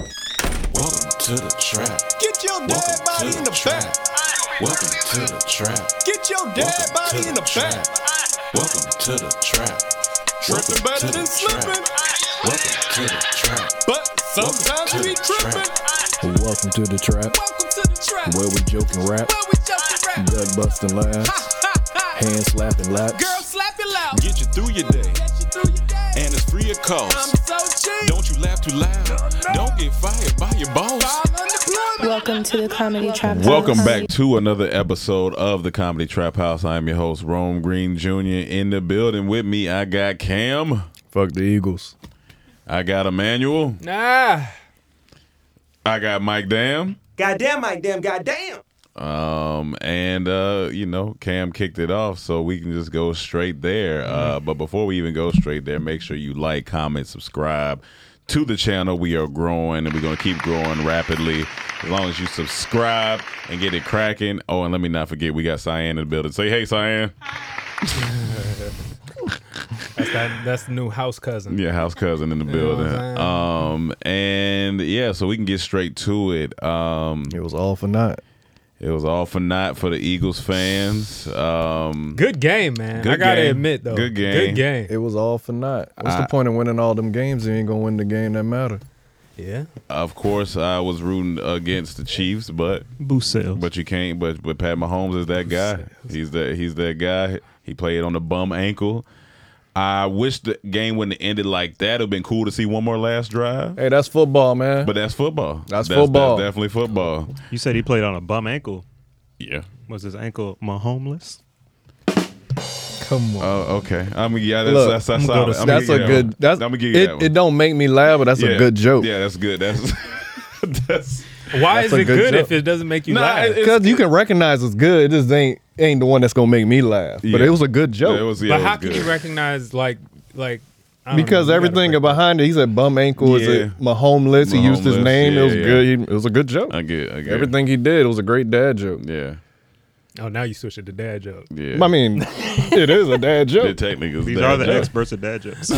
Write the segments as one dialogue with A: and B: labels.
A: Welcome to the trap.
B: Get your dead
A: Welcome
B: body
A: to
B: in
A: the
B: the back.
A: trap. Welcome to the trap.
B: Get your dead
A: Welcome to
B: body in the
A: trap.
B: back.
A: Welcome to the trap. Welcome
B: Tripping
A: to
B: better
A: the
B: than
A: trap.
B: slipping,
A: Welcome to the trap.
B: but sometimes
A: to
B: we
A: the
B: tripping.
A: trap.
C: Welcome to the trap,
B: Welcome to the trap.
C: where we joke and rap,
B: Where we just rap.
C: gut busting laughs, hand slapping laps.
B: Girl, slap it loud.
A: Get you through your day,
B: Get you through your day.
A: and it's free of
B: I'm
A: cost.
B: so cheap.
A: Don't you laugh too loud. Don't get fired by your boss.
B: All unemployment.
D: Welcome to the Comedy Trap.
E: Welcome
D: House.
E: back to another episode of the Comedy Trap House. I am your host, Rome Green Jr. In the building with me, I got Cam.
C: Fuck the Eagles.
E: I got Emmanuel.
B: Nah.
E: I got Mike Dam.
F: Goddamn, Mike, damn, goddamn.
E: Um, and uh, you know, Cam kicked it off, so we can just go straight there. Uh, but before we even go straight there, make sure you like, comment, subscribe to the channel. We are growing and we're gonna keep growing rapidly as long as you subscribe and get it cracking. Oh, and let me not forget, we got Cyan in the building. Say hey, Cyan.
G: That's that. That's the new house cousin.
E: Yeah, house cousin in the
G: know what
E: building.
G: I'm saying?
E: um, and yeah, so we can get straight to it. Um,
C: It was all for naught.
E: it was all for naught for the Eagles fans. Um,
G: Good game, man.
E: Good
G: I gotta
E: game.
G: admit though.
E: Good game.
G: Good game.
C: It was all for naught. What's the point of winning all them games? if You ain't gonna win the game that matter.
G: Yeah.
E: of course, I was rooting against the Chiefs, but
G: Boo sales.
E: but you can't. But but Pat Mahomes is that guy. He's that he's that guy. He played on the bum ankle. I wish the game wouldn't have ended like that. It'd been cool to see one more last drive.
C: Hey, that's football, man.
E: But that's football.
C: That's football.
E: That's definitely football.
H: You said he played on a bum ankle.
E: Yeah.
H: Was his ankle Mahomeless?
C: come on.
E: Oh, okay. I mean, yeah, that's
C: Look,
E: that's that's,
H: I'm gonna go to
E: solid. I'm
C: that's
E: gonna
C: a
E: give you that
C: good.
E: one.
C: That's
E: I'm gonna give you
C: it,
E: that one.
C: it don't make me laugh, but that's
E: yeah.
C: a good joke.
E: Yeah, that's good. That's that's
G: Why
C: That's
G: is
C: a
G: it
C: good
G: good,
C: joke.
G: if it doesn't make you
E: Nah,
G: laugh?
E: it- it-
C: Because you can recognize it's good. It just ain't ain't the one that's gonna make me laugh. But
E: Yeah.
C: it was a good joke.
E: That was, yeah,
G: but
E: it
G: how
E: was
G: can
E: good.
G: you recognize like like? I don't
C: because
G: know, you gotta
C: everything
G: break-
C: behind it, he said bum ankle. Is
E: Yeah.
C: it Mahomeless? He used his
E: Mahomeless,
C: name.
E: yeah,
C: it was
E: yeah.
C: good. He- It was a good joke.
E: I get, I get
C: Everything he did was a great dad joke.
E: Yeah,
G: Oh, now you switch it to dad joke.
E: yeah.
C: I mean, it is a dad
E: the
C: joke.
E: technique is
H: These
E: that
H: are the
E: joke.
H: experts at dad jokes.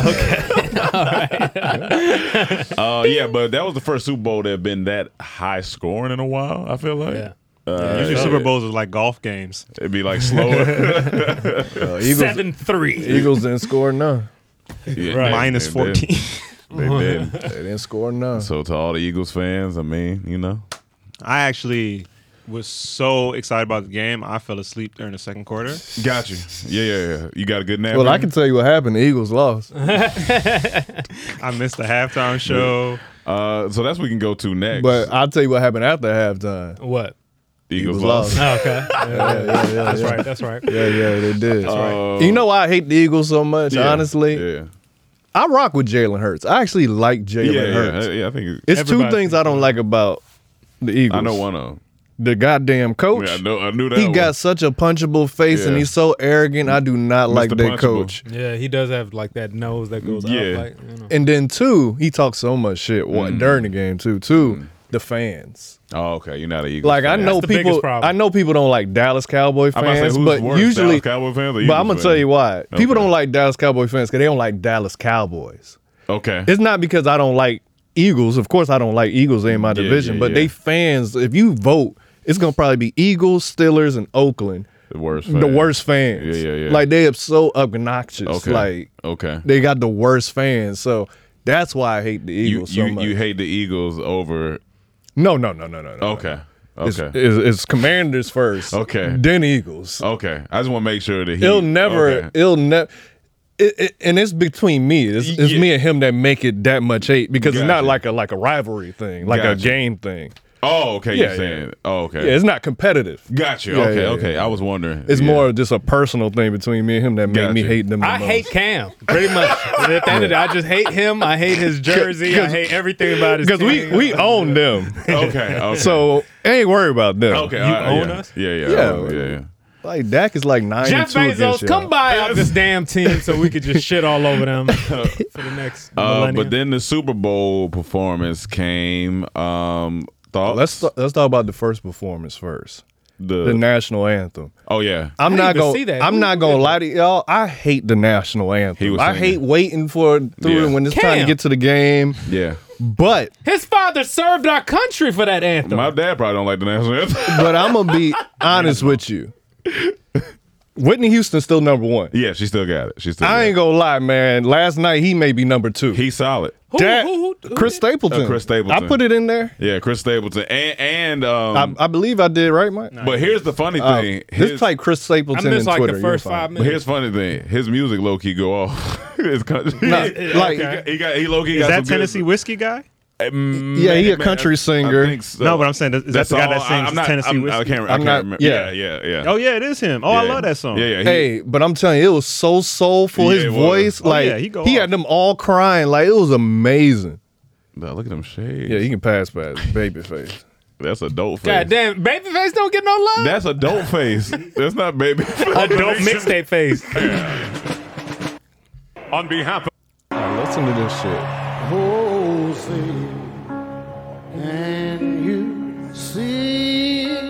E: Uh, yeah, but that was the first Super Bowl that had been that high scoring in a while. I feel like
G: Yeah.
E: Uh,
H: Usually Super Bowls are like golf games.
E: it'd be like slower.
C: Uh, Eagles,
G: Seven three.
C: Eagles didn't score none.
E: Yeah,
G: Right.
H: Minus
E: they did.
H: 14.
E: They did.
C: They didn't score none.
E: So to all the Eagles fans, I mean, you know,
H: I actually was so excited about the game, I fell asleep during the second quarter.
E: got you. Yeah, yeah, yeah. You got a good nap.
C: Well, I
E: in?
C: can tell you what happened. The Eagles lost.
H: I missed the halftime show.
E: Uh, so that's what we can go to next.
C: But I'll tell you what happened after halftime.
G: What?
E: Eagles
C: Eagles
E: lost.
C: lost.
G: Oh, okay. Yeah,
C: yeah, yeah,
G: that's
C: yeah.
G: right. That's right.
C: Yeah, yeah, they did.
E: right.
C: You know why I hate the Eagles so much,
E: Yeah,
C: honestly?
E: yeah,
C: I rock with Jalen Hurts. I actually like Jalen
E: yeah, yeah,
C: Hurts.
E: yeah. I think
C: It's two
G: Everybody-
C: things I don't like about The Eagles.
E: I know one of them.
C: The goddamn coach.
E: Yeah, I know. I knew that.
C: he
E: one.
C: got such a punchable face and
E: Yeah.
C: he's so arrogant. I do not like
E: Mr.
C: that
E: Punchable.
C: coach.
G: Yeah, he does have like that nose that goes
E: Yeah.
G: up. Like, you know.
C: And then two, he talks so much shit what,
E: Mm.
C: during the game too. Two, the fans.
E: Oh, okay. You're not an Eagles.
C: Like I
E: fan.
C: know
G: the biggest
C: people.
G: problem.
C: I know people don't like Dallas Cowboy
E: I'm about to
C: fans,
E: say, who's
C: but
E: worse,
C: usually,
E: Dallas Cowboy fans or
C: but
E: Eagles
C: I'm gonna
E: fans?
C: tell you why people
E: Okay.
C: don't like Dallas Cowboy fans because they don't like Dallas Cowboys.
E: Okay.
C: It's not because I don't like Eagles. Of course, I don't like Eagles in my
E: Yeah,
C: division,
E: yeah,
C: but
E: yeah.
C: they fans. If you vote, it's gonna probably be Eagles, Steelers, and Oakland.
E: the worst.
C: The
E: fan.
C: worst fans.
E: Yeah, yeah, yeah.
C: Like they are so obnoxious.
E: Okay.
C: Like
E: okay.
C: they got the worst fans. So that's why I hate the
E: You,
C: Eagles so
E: you,
C: much.
E: you hate the Eagles over.
C: no, no, no, no, no, no.
E: Okay. Okay.
C: It's, it's, it's Commanders first.
E: Okay.
C: Then Eagles.
E: okay. I just want to make sure that he.
C: It'll never.
E: Okay.
C: It'll never. It, it, and it's between me. It's, it's
E: Yeah.
C: me and him that make it that much hate because it's not
E: Gotcha.
C: like a like a rivalry thing, like a
E: Gotcha.
C: game thing.
E: Oh, okay.
C: Yeah,
E: you're
C: yeah.
E: saying. Oh, okay.
C: Yeah, it's not competitive.
E: Gotcha.
C: Yeah,
E: okay.
C: yeah,
E: okay.
C: yeah.
E: I was wondering.
C: It's
E: Yeah.
C: more just a personal thing between me and him that make me
E: Gotcha.
C: hate them. the
G: I
C: most.
G: hate Cam pretty much. At the end of the day, I just hate him. I hate his jersey. I hate everything about his.
C: because we
G: team.
C: we own them,
E: Okay. okay.
C: so ain't worry about them.
E: Okay. You
G: own
E: yeah.
G: us?
E: Yeah. Yeah.
C: Yeah.
E: oh, yeah. yeah.
C: Like Dak is like nine. and
G: Jeff
C: two against
G: Bezos,
C: y'all.
G: come buy out this damn team so we could just shit all over them for the next
E: Uh,
G: millennium.
E: but then the Super Bowl performance came. Um, thoughts?
C: Let's let's talk about the first performance first.
E: the,
C: The national anthem.
E: oh yeah.
C: I'm
G: I
C: not
G: didn't even see
C: going.
G: that.
C: I'm
G: Who
C: not
G: did
C: going to
G: that?
C: lie to y'all. I hate the national
E: He
C: anthem.
E: was
C: I
E: singing.
C: hate waiting for through
E: Yeah.
C: when it's time to
G: Cam.
C: get to the game.
E: yeah.
C: But
G: his father served our country for that anthem.
E: My dad probably don't like the national anthem.
C: but I'm gonna be honest with you. Whitney Houston's still number one.
E: yeah, she still got it. She still.
C: I ain't
E: got
C: gonna lie, man. Last night he may be number two.
E: it. He's solid.
G: who,
C: That-
G: who- who- who
C: Chris
G: did-
C: Stapleton.
E: Uh, Chris Stapleton.
C: I put it in there.
E: Yeah, Chris Stapleton and and um.
C: I, I believe I did right, Mike.
E: but here's the funny
C: Uh,
E: thing.
C: this
E: His,
C: type Chris
G: I
C: Stapleton in
G: missed like
C: Twitter.
G: the
C: you'll
G: first
C: find
G: five
C: it.
E: but here's
G: minutes.
E: funny thing. His music low key go off. his country.
C: Nah, like-
E: he got, he got he low key
H: Is
E: got some
H: that
E: good-
H: Tennessee whiskey
C: Yeah,
H: guy?
C: he a
E: Mm, Man,
C: country
E: I
C: singer.
E: think so.
H: No, but I'm saying, is that the guy that sings
E: I'm not,
H: Tennessee
E: I'm, I
H: whiskey?
E: can't, I
C: I'm
E: can't
C: not-
E: remember.
C: yeah.
E: Yeah, yeah, yeah.
H: Oh yeah, it is him. Oh, I love that song.
E: Yeah, yeah. he-
C: Hey, but I'm telling you, it was so soulful.
E: Yeah,
C: His
E: it was.
C: voice,
H: Oh,
C: like
H: yeah,
C: he,
H: he go
C: had
H: off.
C: them all crying. Like it was amazing.
E: Nah, look at them shades.
C: Yeah, you can pass past babyface.
E: That's adult face.
G: God damn, Babyface don't get no love.
E: That's adult face. That's not baby.
G: Adult mixtape face.
E: On behalf of.
C: Now listen to this shit.
B: And you see by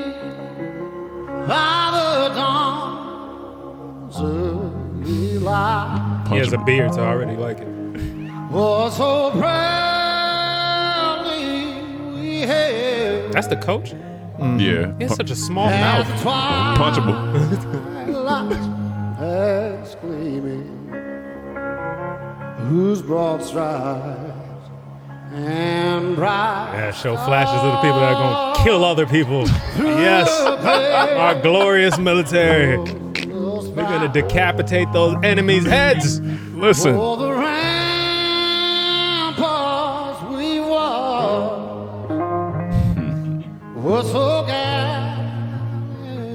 B: the dawn's early light
G: He has a beard, so I already like it.
B: was so proudly we hailed.
G: That's the coach.
E: Yeah.
G: He has
E: Pu-
G: such a small mouth.
E: punchable.
B: Light as gleaming, whose broad stripes and bright
G: Yeah, show flashes of the people that
B: Oh.
G: are gonna kill other people. Yes, our glorious military. We're gonna decapitate those enemies' heads.
C: Listen,
B: for the ramparts we walked were so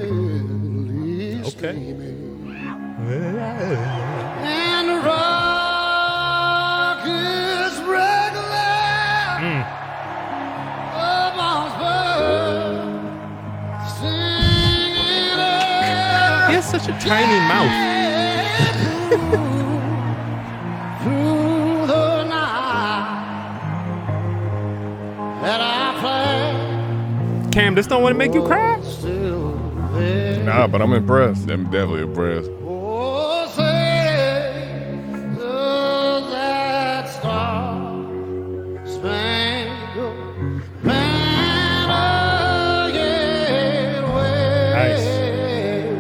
B: gallantly streaming, and the rock is regular amongst birds singing. a-
G: He has such a tiny mouth.
B: through the night that I play
G: Cam, this don't want to make you cry.
B: still there.
C: nah, but I'm impressed.
E: I'm definitely impressed.
B: Oh, say, does that star spangled banner yet wave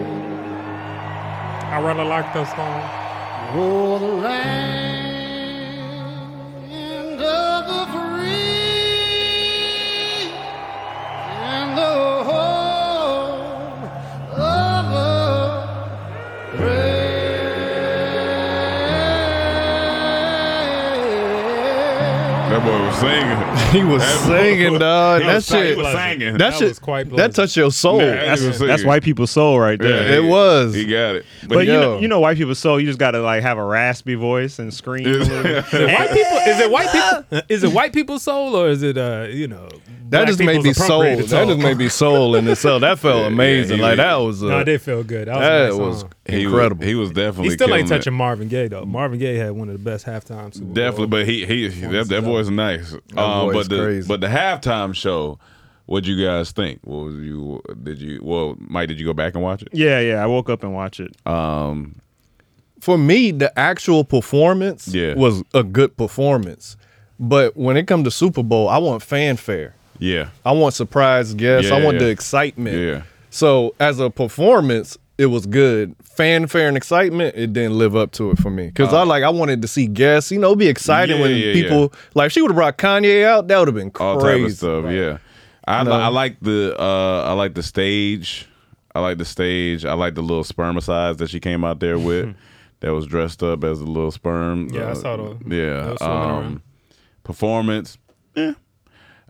G: I really like that song.
B: o'er the land of the free and the home of the brave.
E: That boy was singing.
C: He was singing, dog.
E: He
C: that
E: was-
C: shit.
E: He was singing.
C: that
G: That
C: shit.
G: was quite
C: that
G: pleasant.
C: touched your soul.
E: Yeah,
C: That's-
E: he was
H: Oh, That's,
E: singing.
H: that's white people's soul right there.
C: it
E: he-
C: was.
E: He got it. But,
H: But you
C: yo.
H: know, you know white people's soul. You just gotta like have a raspy voice and scream. a little bit.
G: Is it white people? Is it white people? Is it white people's soul or is it uh you know
C: That
G: black
C: just made
G: people's
C: me soul.
G: appropriated
C: That just made me soul in itself. That felt
E: Yeah,
C: amazing.
E: yeah,
C: like
E: yeah.
C: that was. A,
G: No, I did feel good. That was, a
C: that
G: nice
C: was
G: song.
E: he
C: incredible.
E: Was, he was definitely.
G: He still ain't
E: killing it.
G: touching Marvin Gaye though. Marvin Gaye had one of the best halftime. Super Bowls.
E: Definitely, but he he that, that voice is nice. um,
C: voice
E: but the
C: crazy.
E: but the halftime show, what you guys think? What was you did you well Mike? Did you go back and watch it?
H: yeah, yeah. I woke up and watched it.
E: Um,
C: for me, the actual performance
E: Yeah.
C: was a good performance. But when it comes to Super Bowl, I want fanfare.
E: yeah,
C: I want surprise guests. I
E: Yeah,
C: want
E: yeah.
C: the excitement.
E: Yeah.
C: So as a performance, it was good. Fanfare and excitement, it didn't live up to it for me. Cause I like I wanted to see guests. You know, be excited
E: Oh. Yeah,
C: when
E: yeah,
C: people like if she would have brought Kanye out. That would have been crazy.
E: all type of stuff. Yeah, I, li- I like the uh, I like the stage. I like the stage. I like the little spermicides that she came out there with. that was dressed up as a little sperm.
G: Yeah, I
E: Uh,
G: saw those. They
E: Yeah, um,
G: was swimming around.
E: performance.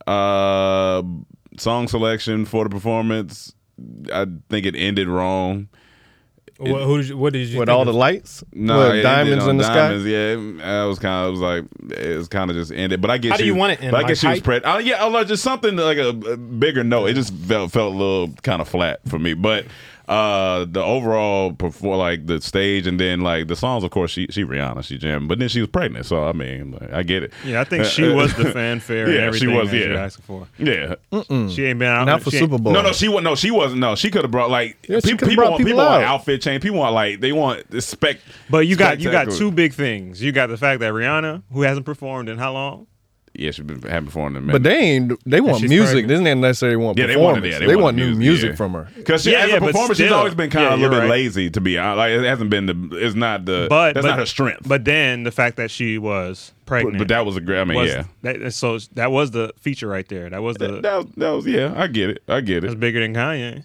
E: Yeah. Uh, song selection for the performance. I think it ended wrong.
G: What, who did you, what did you?
C: With
G: think
C: all
G: of-
C: the lights,
E: No,
C: with
E: it ended
C: diamonds
E: on
C: in the sky.
E: diamonds, Yeah, I was kind of, I was like, it was kind of just ended. But I get
G: How do
E: she
G: you
E: was-
G: want it to end?
E: But I
G: Like
E: guess she was
G: hype?
E: pregnant. Oh yeah, I like just something like a, a bigger note. It just felt felt a little kind of flat for me. But uh the overall before like the stage and then like the songs, of course, she she Rihanna, she jammed, but then she was pregnant, so I mean, like, I get it. Uh,
H: Yeah, I think she was the fanfare
E: Yeah,
H: and
E: she
H: everything
E: was,
H: that
E: yeah.
H: you're asking for.
E: Yeah.
H: She ain't been out
C: Not for
H: she ain't-
C: Super Bowl.
E: No, no, she was No, she wasn't. No, she could have brought like
C: Yeah, she
E: peop-
C: could've
E: people.
C: brought
E: want,
C: people
E: people want
C: out.
E: outfit change. People want like they want the spec.
H: But you got you got
E: spectacular.
H: two big things. You got the fact that Rihanna, who hasn't performed in how long?
E: Yeah, she been having performed in a minute.
C: But they ain't. They want
G: she's
C: music.
G: pregnant.
C: They didn't necessarily want
E: Yeah, they wanted
C: performance.
E: that.
C: They, want new music from her.
E: Because
H: Yeah,
E: as
H: yeah,
E: a
H: but
E: performer, she's
H: still.
E: always been kind of
H: Yeah,
E: a little
H: you're
E: bit
H: right.
E: lazy, to be honest. Like it hasn't been the. It's not the.
H: But
E: that's
H: but-
E: not her strength.
H: But then the fact that she was pregnant.
E: but, but that was a great. I mean,
H: was-
E: yeah.
H: that- so that was the feature right there. That was the
E: That, that, was- that was yeah. I get it. I get
H: that's
E: it.
H: bigger than Kanye.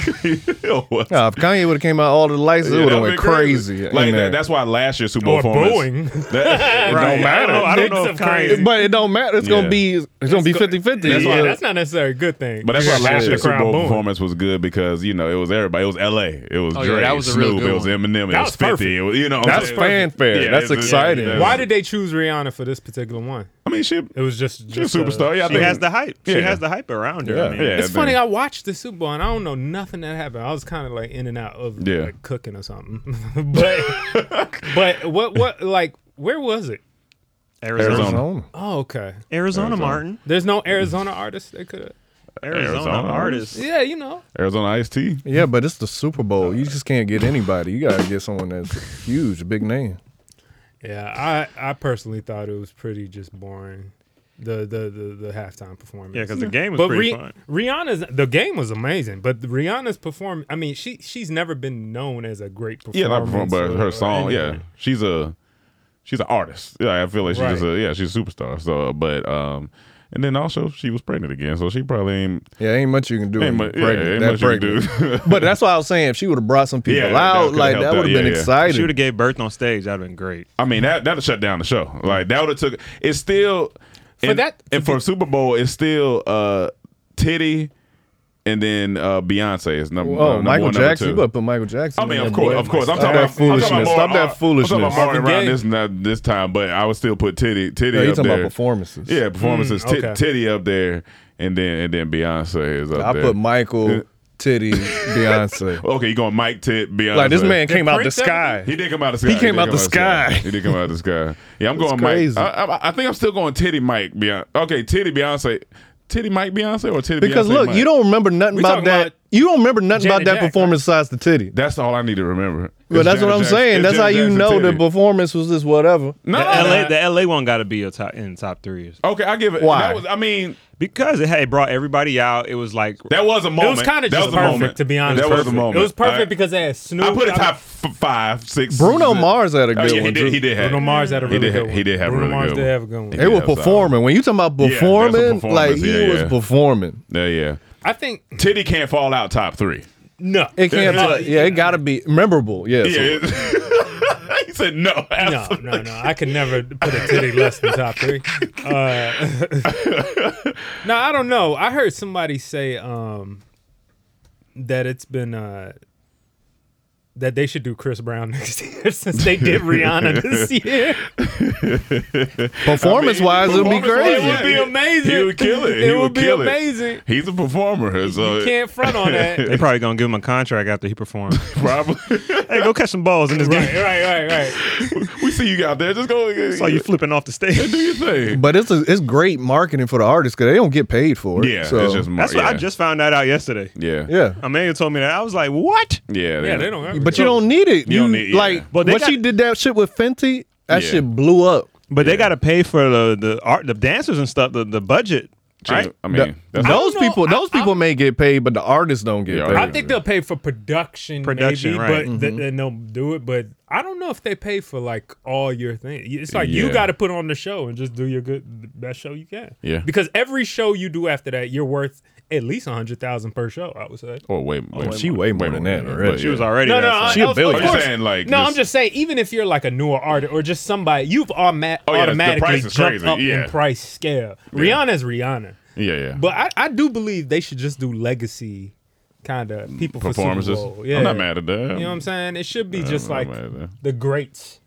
E: It was-
C: Nah, if Kanye would have came out all the lights,
E: yeah,
C: it would
E: that
C: have
E: would've
C: went
E: been
C: crazy.
E: Like
C: in there.
E: that, that's why last year's Super Bowl
G: Or
E: performance-
G: Boeing.
E: That, it don't
H: I
E: matter.
H: don't know, I don't
G: Mix
H: know
G: of
H: if Kanye.
G: crazy.
C: But it don't matter. It's
E: Yeah.
C: gonna be it's gonna be 50 50
E: That's
G: yeah,
E: why-
G: that's not necessarily a good thing.
E: But that's why
G: Yeah,
E: last
G: the
E: year's Super
G: crowd
E: Bowl
G: booing.
E: performance was good because you know it was everybody. It was L.A. It was
D: Oh, yeah,
E: Dre,
D: that was a real
E: Snoop,
D: good
E: it was
D: one.
E: Eminem,
G: That
E: it
G: was
E: was Fifty.
G: perfect.
E: It was, you know,
C: That's fanfare. That's
E: it's-
C: exciting.
E: yeah, yeah.
G: Why did they choose Rihanna for this particular one?
E: I mean, she,
G: It was just,
E: she a
G: just uh,
E: superstar. Yeah, I
H: She
E: think-
H: has the hype.
E: Yeah.
H: She has the hype around her.
C: Yeah.
H: I mean,
E: Yeah.
G: It's funny.
E: man.
G: I watched the Super Bowl and I don't know nothing that happened. I was kind of like in and out of
E: Yeah.
G: like, cooking or something. but but what what like where was it?
H: Arizona.
E: Arizona.
H: Arizona,
G: Oh, okay.
H: Martin.
G: There's no Arizona artist that could have.
H: Arizona,
E: Arizona.
H: artist.
G: Yeah, you know.
E: Arizona Ice T.
C: Yeah, but it's the Super Bowl. You just can't get anybody. You gotta get someone that's huge, big name.
G: Yeah, I I personally thought it was pretty just boring. The the the, the halftime performance.
H: Yeah, because the game was
G: but
H: pretty
G: Rih-
H: fun.
G: Rihanna's the game was amazing, but Rihanna's perform. I mean, she she's never been known as a great performer.
E: Yeah, not perform, but her song. Yeah,
G: anything.
E: she's a she's an artist. Yeah, I feel like she's just
G: Right.
E: a yeah, she's a superstar. So, but um, and then also she was pregnant again, so she probably ain't.
C: Yeah, ain't much you can do.
E: Ain't
C: when
E: mu-
C: you're
E: yeah,
C: pregnant.
E: ain't
C: That
E: much you can
C: pregnant. but that's why I was saying if she would have brought some people
E: Yeah, that
C: out,
E: could've
C: like
E: helped
C: that would
E: out.
C: have
E: Yeah,
C: been
E: yeah.
C: excited.
H: She would have gave birth on stage. That'd been great.
E: I mean, that that'd shut down the show. Like that would have took. It's still and,
G: that-
E: and for Super Bowl, it's still uh titty, and then uh Beyonce is number. uh,
C: Oh,
E: number
C: Michael
E: one, number
C: Jackson! You
E: two.
C: better put Michael Jackson.
E: I mean,
C: in
E: of
C: there,
E: course,
C: boy.
E: of course. I'm
C: Stop
E: talking
C: that
E: about I'm talking
C: foolishness.
E: about
C: Stop
E: more-
C: that
E: I'm talking
C: foolishness.
E: about more around
G: Gaye.
E: this not this time, but I would still put titty titty.
C: No,
E: up
C: you're Oh, talking
E: there.
C: about performances.
E: Yeah, performances.
C: Mm,
E: Ti-
G: okay.
E: Titty up there, and then and then Beyonce is up
C: I
E: there.
C: put Michael, Titty, Beyonce.
E: Okay, you going Mike Tit Beyonce?
C: Like this man came out the
G: Prince
C: sky.
E: He did come out the sky.
C: He came
E: did
C: out the sky.
E: He did come out the sky. Yeah, I'm
C: That's
E: going
C: crazy.
E: Mike. I, I, I think I'm still going Titty Mike Beyonce. Okay, Titty Beyonce, Titty Mike Beyonce or Titty
C: Because
E: Beyonce
C: look,
E: Mike?
C: you don't remember nothing
G: We
C: about
G: talking
C: that.
G: about
C: you don't remember nothing
G: Janet
C: about that
G: Jackson.
C: performance besides the titty.
E: That's all I need to remember.
C: But
E: It's
C: that's what
E: Janet
C: I'm
E: Jackson-
C: saying.
E: it's
C: That's how
E: Janet
C: you
E: Jackson
C: know the
E: titty.
C: performance was just whatever.
E: No,
H: The
E: no,
H: LA,
E: no.
H: the LA one got to be a top in the top three or something.
E: Okay, I give it.
C: Why?
E: That was, I mean,
H: because it had it brought everybody out. It was like
E: that was a
G: It
E: moment.
G: was kind of
E: That
G: just
E: was a moment.
G: perfect, to be honest.
E: That was a
G: Perfect.
E: moment.
G: It was perfect
E: All right.
G: because they had Snoop.
E: I put it
G: mean,
E: top f- five, six.
C: Bruno Mars had a
E: Oh,
C: good
E: yeah, he
C: one.
E: did.
C: too.
E: He did. Have,
G: Bruno Mars had a
E: he
G: really
E: did
G: good
E: have-
G: one.
E: He did have
G: Bruno
E: really
G: Mars
E: good
G: did
E: one.
G: have a good one.
C: They
E: Yeah,
C: were
E: that's all.
C: performing. When you talking about
E: that's a
C: performing,
E: performance.
C: like he
E: Yeah,
C: was
E: yeah.
C: performing.
E: Yeah, yeah.
G: I think
E: Titty can't fall out top three.
G: no.
C: It can't.
G: No,
C: yeah, it got to be memorable. Yeah. so-
E: Yeah. said no.
G: No, no, no. I could never put a titty less than top three. Uh, no, I don't know. I heard somebody say um, that it's been uh, that they should do Chris Brown next year since they did Rihanna this year.
C: Performance wise, it'll be
G: It
C: crazy.
G: would be amazing.
E: He would kill it.
G: It
E: He
G: would
E: would
G: be
E: kill it.
G: amazing.
E: He's a performer, so
G: you can't front on that.
H: They probably gonna give him a contract after he performs.
E: probably.
H: hey, go catch some balls in this
G: right,
H: game.
G: right, right, right.
E: we see you out there. Just go.
H: Saw you flipping off the stage.
E: do your thing.
C: But it's a, it's great marketing for the artists because they don't get paid for it.
E: yeah,
C: so.
E: it's just mar-
H: That's what I
E: yeah.
H: just found that out yesterday.
E: Yeah,
C: yeah.
H: Amelia told me that. I was like, what?
E: yeah.
G: Yeah, they don't. Have
C: But you don't need it. You,
E: don't need- yeah.
C: like but
H: But they
C: once
H: got-
C: you did that shit with Fenty, that
E: Yeah.
C: shit blew up.
H: But they gotta pay for the the art, the dancers and stuff, the, the budget. Right?
E: I mean, that's
C: those
G: know.
C: people,
G: I-
C: those people may get paid, but the artists don't get
E: Yeah,
C: paid.
G: I think they'll pay for production,
H: Production,
G: maybe,
H: right.
G: but th- then they'll do it. But I don't know if they pay for like all your things. It's like you
E: Yeah.
G: got to put on the show and just do your good the best show you can.
E: Yeah.
G: because every show you do after that, you're worth at least a hundred thousand per show. I would say.
E: or oh, way, way
C: Oh, she way more than that already.
E: but
H: She was already.
G: No,
H: there,
G: no,
H: so-
G: I-
C: She a
G: of- of
C: billionaire.
G: course.
E: I'm saying, like,
G: no, I'm
E: just-
G: just saying, even if you're like a newer artist or just somebody, you've automa-
E: Oh, yeah, the- the
G: automatically
E: price is
G: jumped
E: crazy,
G: up
E: yeah.
G: in price scale. Rihanna's Rihanna.
E: Yeah, yeah.
G: But I, I do believe they should just do legacy kind of people
E: performances.
G: For Super Bowl. Yeah.
E: I'm not mad at that.
G: You know what I'm saying? It should be just
E: I'm
G: like
E: not mad at that.
G: the greats.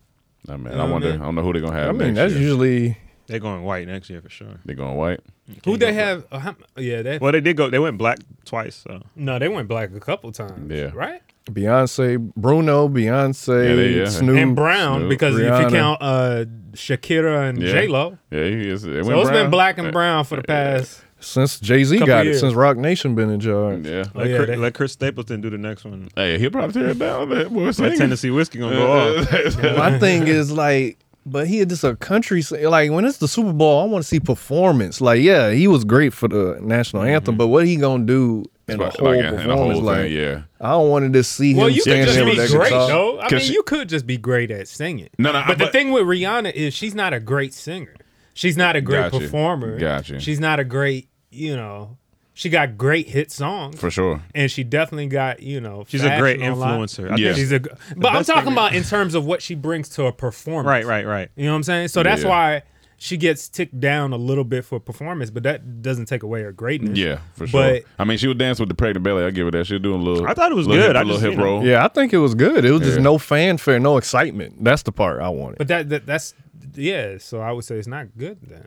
E: Not mad. I wonder. I don't know who they're gonna have.
C: I mean,
E: next
C: that's
E: year.
C: usually
H: They're going white next year for sure.
E: they're going white.
G: Who they have? uh, how- yeah, they,
H: Well, they did go. They went black twice. So
G: no, they went black a couple times.
E: Yeah.
G: right.
C: Beyonce, Bruno, Beyonce,
E: Yeah, they- yeah.
C: Snoop,
G: And Brown
E: Snoop,
G: because if
C: Rihanna.
G: you count uh, Shakira and
E: Yeah. Uh,
G: J Lo,
E: Yeah, he is. It
G: so it's been black and brown for the past.
C: since Jay Z
G: Couple
C: got it,
G: years.
C: since Rock Nation been in charge.
E: Yeah.
H: let,
G: Oh, yeah,
H: Chris,
G: they-
H: let Chris Stapleton do the next one.
E: Hey, he'll probably tear it down. That boy
H: That
E: singing.
H: Tennessee whiskey gonna go
G: Uh,
H: off.
C: My thing is like, but he just a country singer. Like when it's the Super Bowl, I want to see performance. Like, yeah, he was great for the national anthem, but what he gonna do in a
E: Mm-hmm. Like,
C: whole
E: like, in
C: performance?
E: the whole thing,
C: like,
E: yeah.
C: I don't want to just see
G: Well,
C: him
G: you could
C: standing
G: just
C: there with
G: be
C: that
G: great
C: guitar.
G: though. I mean,
E: 'Cause she-
G: you could just be great at singing.
E: No, no, I-
G: But the
E: but-
G: thing with Rihanna is she's not a great singer. She's not a great
E: Gotcha.
G: performer.
E: Gotcha.
G: She's not a great, you know. She got great hit songs.
E: for sure.
G: and she definitely got you know
H: She's a great
G: fashion online.
H: influencer. I
E: Yeah.
H: think
G: She's a, g- but I'm
H: best thing
G: talking
H: that-
G: about in terms of what she brings to a performance.
H: Right, right, right.
G: You know what I'm saying? So that's
E: Yeah.
G: why she gets ticked down a little bit for performance, but that doesn't take away her greatness.
E: Yeah, for sure.
G: But-
E: I mean, she would dance with the pregnant belly. I give her that. She would do a little.
H: I thought it was
E: little
H: good.
E: Hip,
H: I
E: little
H: just,
E: hip
H: you know.
E: roll.
C: Yeah, I think it was good. It was just
E: Yeah.
C: no fanfare, no excitement. That's the part I wanted.
G: But that, that that's yeah. So I would say it's not good then.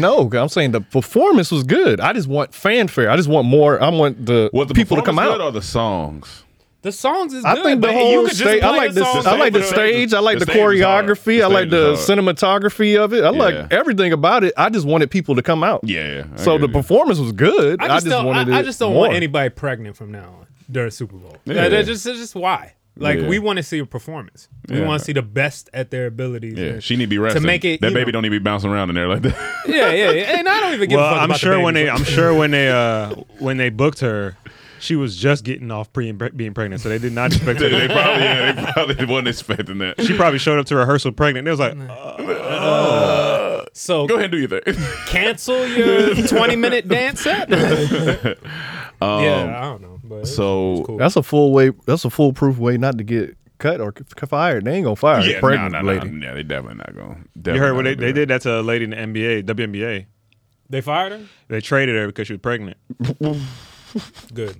C: no, I'm saying the performance was good. I just want fanfare. I just want more. I want the,
E: Was the
C: people to come
E: performance
C: out.
E: good Or the songs.
G: The songs is
C: I
G: good,
C: think the
G: but
C: whole
G: you could just
C: stage. I
G: play
C: like the
G: songs
C: I like
G: over
C: the
E: the-
C: stage. I like
E: the
C: the,
E: stage is hard.
C: choreography.
E: The
C: I like the
E: stage is
C: cinematography of it. I like
E: Yeah.
C: everything about it. I just wanted people to come out.
E: Yeah. I
C: So
E: get
C: the
E: it.
C: performance was good. I just,
G: don't,
C: wanted.
G: I, I
C: it
G: just don't
C: more.
G: want anybody pregnant from now on during Super Bowl. That-
E: Yeah.
G: That's just that's just why. Like
E: Yeah.
G: we want to see a performance. We
E: Yeah.
G: want to see the best at their abilities.
E: Yeah,
G: and-
E: she need to be resting.
G: make it,
E: that
G: you
E: baby
G: know-
E: don't need to be bouncing around in there like that.
G: yeah, yeah, yeah. And I don't even give
H: Well,
G: a fuck
H: I'm
G: about the
H: sure when
G: baby,
H: they, I'm sure when they, uh, when they booked her, she was just getting off pre being pregnant, so they did not expect her.
E: they
H: to-
E: probably, yeah, they probably wasn't expecting that.
H: She probably showed up to rehearsal pregnant. They was like,
G: but- so
E: Go ahead and do your thing.
G: cancel your 20 minute dance set. yeah, I don't know. But
E: um, So
C: That's a full way. That's a foolproof way not to get cut or c- c- fired. They ain't gonna fire a
E: yeah,
C: pregnant
E: nah, nah,
C: lady.
E: Nah, yeah, they definitely not going.
H: you heard what they, they did that to a lady in the NBA, WNBA.
G: they fired her.
H: They traded her because she was pregnant.
G: Good.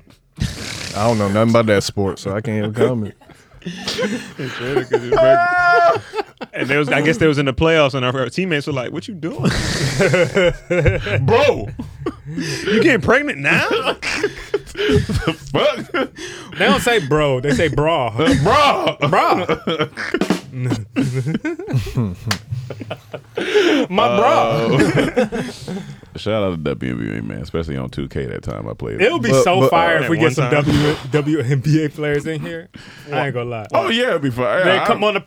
C: I don't know nothing about that sport, so I can't even comment.
H: And they was, I guess they was in the playoffs, and our teammates were like, "What you doing, bro? you getting pregnant now?
E: Fuck,
G: They don't say bro. They say bra.
E: bro.
G: bra. My
E: Uh,
G: bra.
E: Shout out to WNBA man, especially on 2K that time I played.
G: It would be
C: But-
G: so
E: uh,
C: but-
G: fire if we
H: One
G: get some
H: time.
G: w, WNBA players in here. I ain't gonna lie.
E: oh yeah, it'd be fire.
G: They
E: I-
G: come on the
E: I'd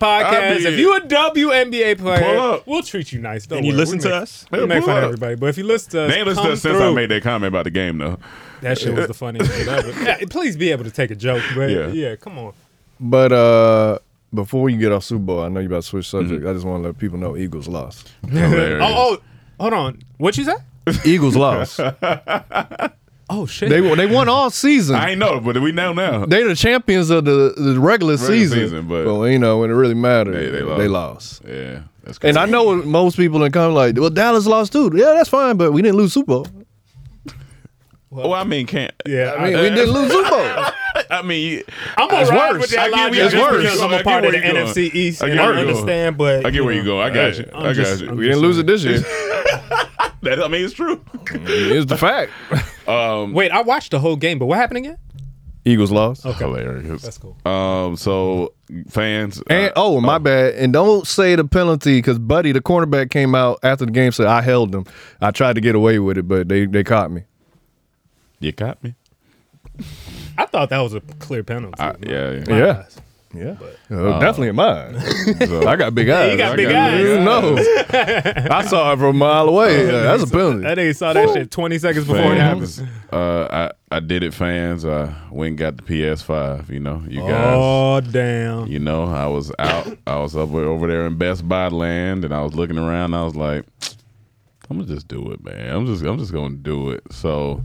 G: podcast.
E: be-
G: If you a WNBA
E: Pull
G: player,
E: up.
G: we'll treat you nice. Don't
H: And you
G: worry.
H: listen
G: We
H: to
G: make-
H: us?
G: We
E: Yeah,
G: make
E: pull
G: fun of
E: up.
G: everybody. But if you listen to us,
E: They ain't listened to
G: come
E: us since
G: through.
E: I made that comment about the game though.
G: That shit was the funniest shit ever. Yeah, please be able to take a joke, but
E: Yeah.
G: yeah, come on.
C: But uh, before you get off Super Bowl, I know you about to switch
E: Mm-hmm.
C: subject. I just want to let people know Eagles lost.
G: Oh, oh, hold on. What you say?
C: Eagles lost.
G: Oh shit!
C: They won- they won all season.
E: I ain't know, but we know now.
C: They the champions of the, the regular, season.
E: season, but-
C: well, you know when it really mattered,
E: They-
C: they,
E: they
C: lost.
E: lost. yeah, that's
C: And I know most people in come like, well, Dallas lost too. Yeah, that's fine, but we didn't lose Super Bowl.
E: Well, I mean, can't.
G: yeah,
C: I mean, we didn't lose Super Bowl.
E: I mean,
G: I'm
E: It's
G: gonna ride
E: worse.
G: with
E: I
G: that
E: get
G: logic
E: where
G: just
E: you're going.
G: because I'm
E: I
G: a
E: get
G: part of
E: where
G: the
E: you're going.
G: NFC East.
E: I get
G: and I
E: where you're going.
G: understand, but
E: I get
G: you
E: where you
G: know,
E: go. I got you.
G: I'm
E: I got
G: just-
E: you.
G: I'm
E: We didn't lose
G: just
E: it
G: saying.
E: this year. that, I mean, it's true.
C: It's the fact.
G: Wait, I watched the whole game, but what happened again?
C: Eagles lost.
E: Hilarious.
G: That's cool.
E: Um, so fans, uh,
C: And oh, my bad. And don't say the penalty because Buddy, the cornerback, came out after the game said I held them. I tried to get away with it, but they they caught me.
E: you got me.
G: I thought that was a clear penalty.
E: I, yeah, yeah.
G: My
C: Yeah.
G: eyes.
C: Yeah, Uh, definitely in mine.
E: So-
C: I got big eyes.
G: you got
C: I
G: big eyes.
C: You know, I saw it from a mile away. Yeah, that's a penalty.
G: That nigga saw that shit 20 seconds before it happens.
E: fans, uh, I I did it, fans. I went and got the PS5. You know, you guys.
G: Oh damn!
E: You know, I was out. I was up over there in Best Buy land, and I was looking around. And I was like, "I'm gonna just do it, man. I'm just, I'm just gonna do it." So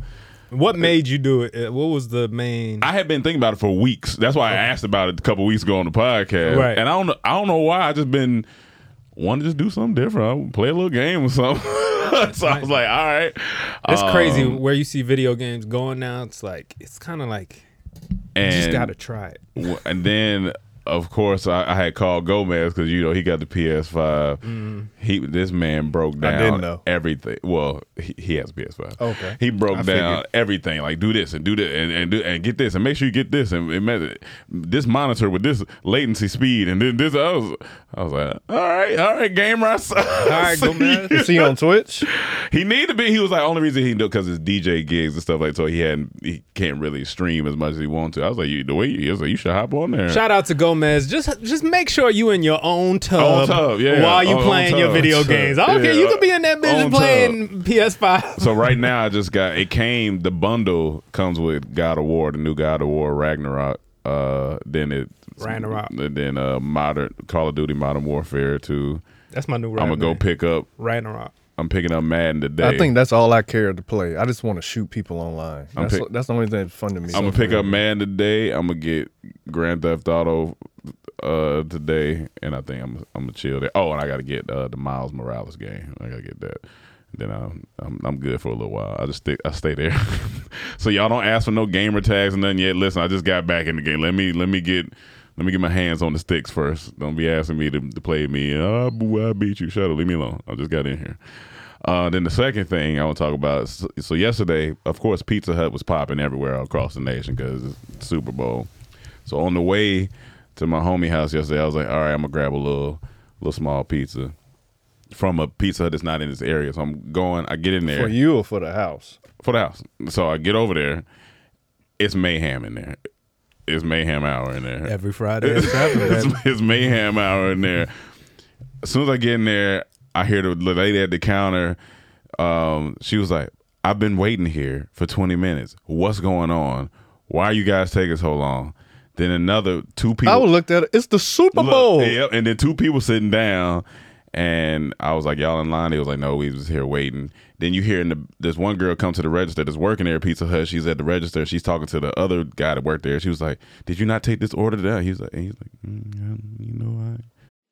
G: What made you do it? Uh, What was the main?
E: I had been thinking about it for weeks. That's why I asked about it a couple weeks ago on the podcast.
G: Right.
E: And I don't, know, I don't know why. I just been wanting to just do something different. I play a little game or something. so I was like, "All right."
G: It's crazy
E: Um,
G: where you see video games going now. It's like it's kind of like you
E: And
G: just gotta try it.
E: W- and then of course I, I had called Gomez because you know he got the PS5. He this man broke down
C: Mm-hmm. didn't know.
E: everything. Well, he, he has a PS5.
C: Okay.
E: he broke
C: I
E: down
C: figured.
E: everything. Like do this and do this and, and do and get this and make sure you get this and, and measure it. this monitor with this latency speed and then this. I was I was like, all right, all right, gamer. I all
G: right, Gomez.
C: You see on Twitch.
E: he needed to be. He was like, only reason he do because his DJ gigs and stuff like so he hadn't he can't really stream as much as he wanted to. I was like, you, the way you, I was like, you should hop on there.
G: Shout out to Gomez. Just just make sure you in your own tub,
E: Own tub, yeah.
G: while you
E: Own- own
G: playing your
E: tub.
G: video
E: Sure.
G: games. I don't care.
E: Yeah.
G: You could be in that bitch
E: Own
G: playing PS5.
E: so right now, I just got it came. The bundle comes with God of War, the new God of War, Ragnarok. Uh, then it
G: Ragnarok.
E: Then uh, modern Call of Duty, Modern Warfare too.
G: That's my new.
E: I'm gonna go pick up.
G: Ragnarok.
E: I'm picking up Madden today.
C: I think that's all I care to play. I just want to shoot people online.
E: I'm
C: That's,
E: pick-
C: that's the only thing that's fun to me.
E: I'm gonna pick up Madden today. I'm gonna get Grand Theft Auto uh today, and I think I'm I'm gonna chill there. Oh, and I gotta get uh, the Miles Morales game. I gotta get that. Then I'm, I'm I'm good for a little while. I just stay, I stay there. so y'all don't ask for no gamer tags and nothing yet. Listen, I just got back in the game. Let me let me get let me get my hands on the sticks first. Don't be asking me to, to play me. Oh, boo, I beat you. Shut up. Leave me alone. I just got in here. Uh, then the second thing I want to talk about. Is, so yesterday, of course, Pizza Hut was popping everywhere across the nation because it's Super Bowl. So on the way to my homie house yesterday, I was like, all right, I'm gonna grab a little, little small pizza from a Pizza Hut that's not in this area. So I'm going. I get in there
C: for you or for the house.
E: for the house. So I get over there. It's mayhem in there. It's mayhem hour in there
G: Every Friday. and Saturday.
E: it's, it's mayhem hour in there. As soon as I get in there, I hear the the lady at the counter. Um, she was like, "I've been waiting here for 20 minutes. What's going on? Why are you guys taking so long?" Then another two people.
C: I would look at it. It's the Super
E: Look,
C: Bowl.
E: Yep. And then two people sitting down, and I was like, "Y'all in line?" They was like, "No, we was here waiting." Then you hear in the this one girl come to the register that's working there at Pizza Hut. She's at the register. She's talking to the other guy that worked there. She was like, "Did you not take this order down?" He's like, and "He's like, mm, yeah, you know I."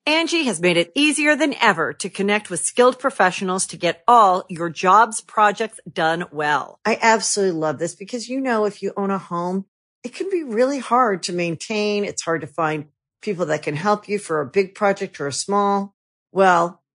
I: Angie has made it easier than ever to connect with skilled professionals to get all your jobs projects done well. I absolutely love this because, you know, if you own a home, it can be really hard to maintain. It's hard to find people that can help you for a big project or a small. Well,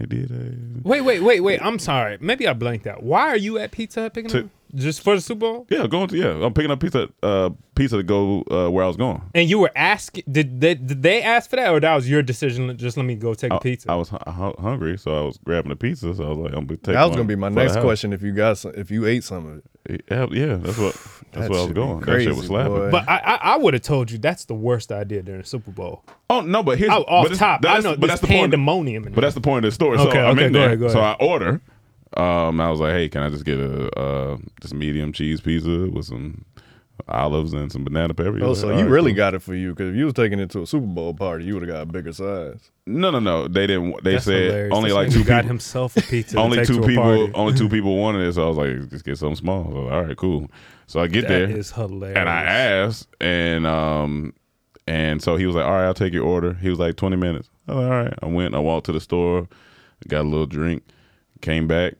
E: I did. uh,
G: Wait, wait, wait, wait. I'm sorry. Maybe I blanked out. Why are you at Pizza Hut picking
E: To-
G: up? Just for the Super Bowl?
E: yeah, going to yeah. I'm picking up pizza. Uh, pizza to go uh, where I was going.
G: And you were asking, did they, did they ask for that or that was your decision? Just let me go take a pizza.
E: I was hu- hu- hungry, so I was grabbing a pizza. So I was like, I'm gonna take.
C: That was
E: one
C: gonna be my
E: for the
C: next
E: house.
C: question. If you got some, if you ate some of it,
E: Yeah, yeah, that's what. That's
C: That shit
E: where I was
C: be
E: going. that shit was
C: crazy,
E: slapping.
C: boy.
G: but I, I, I would have told you that's the worst idea during the Super Bowl.
E: Oh no, but here's
G: Oh, off
E: but it's-
G: top. I
E: That's,
G: know
E: but
G: this
E: that's the point.
G: pandemonium in
E: But
G: there.
E: that's the point of the story.
G: Okay,
E: so I'm
G: okay,
E: in
G: go
E: there.
G: ahead, go
E: so I
G: ahead.
E: order. Um, I was like, hey, can I just get a uh, just medium cheese pizza with some olives and some banana pepper? He
C: oh,
E: was
C: so
E: like,
C: you
E: "All right,
C: really
E: cool."
C: got it for you because if you was taking it to a Super Bowl party, you would have got a bigger size.
E: No, no, no. They didn't. They
G: That's
E: said
G: hilarious.
E: only
G: This
E: like
G: nigga
E: two
G: got
E: people.
G: himself a pizza. to
E: only
G: take
E: two
G: to a
E: people.
G: party.
E: Only two people wanted it. So I was like, just get something small. So, all right, cool. So I get there.
G: That is hilarious.
E: and I asked, and um, and so he was like, "All right, I'll take your order." He was like, "20 minutes." I was like, "All right." I went. I walked to the store, got a little drink, came back,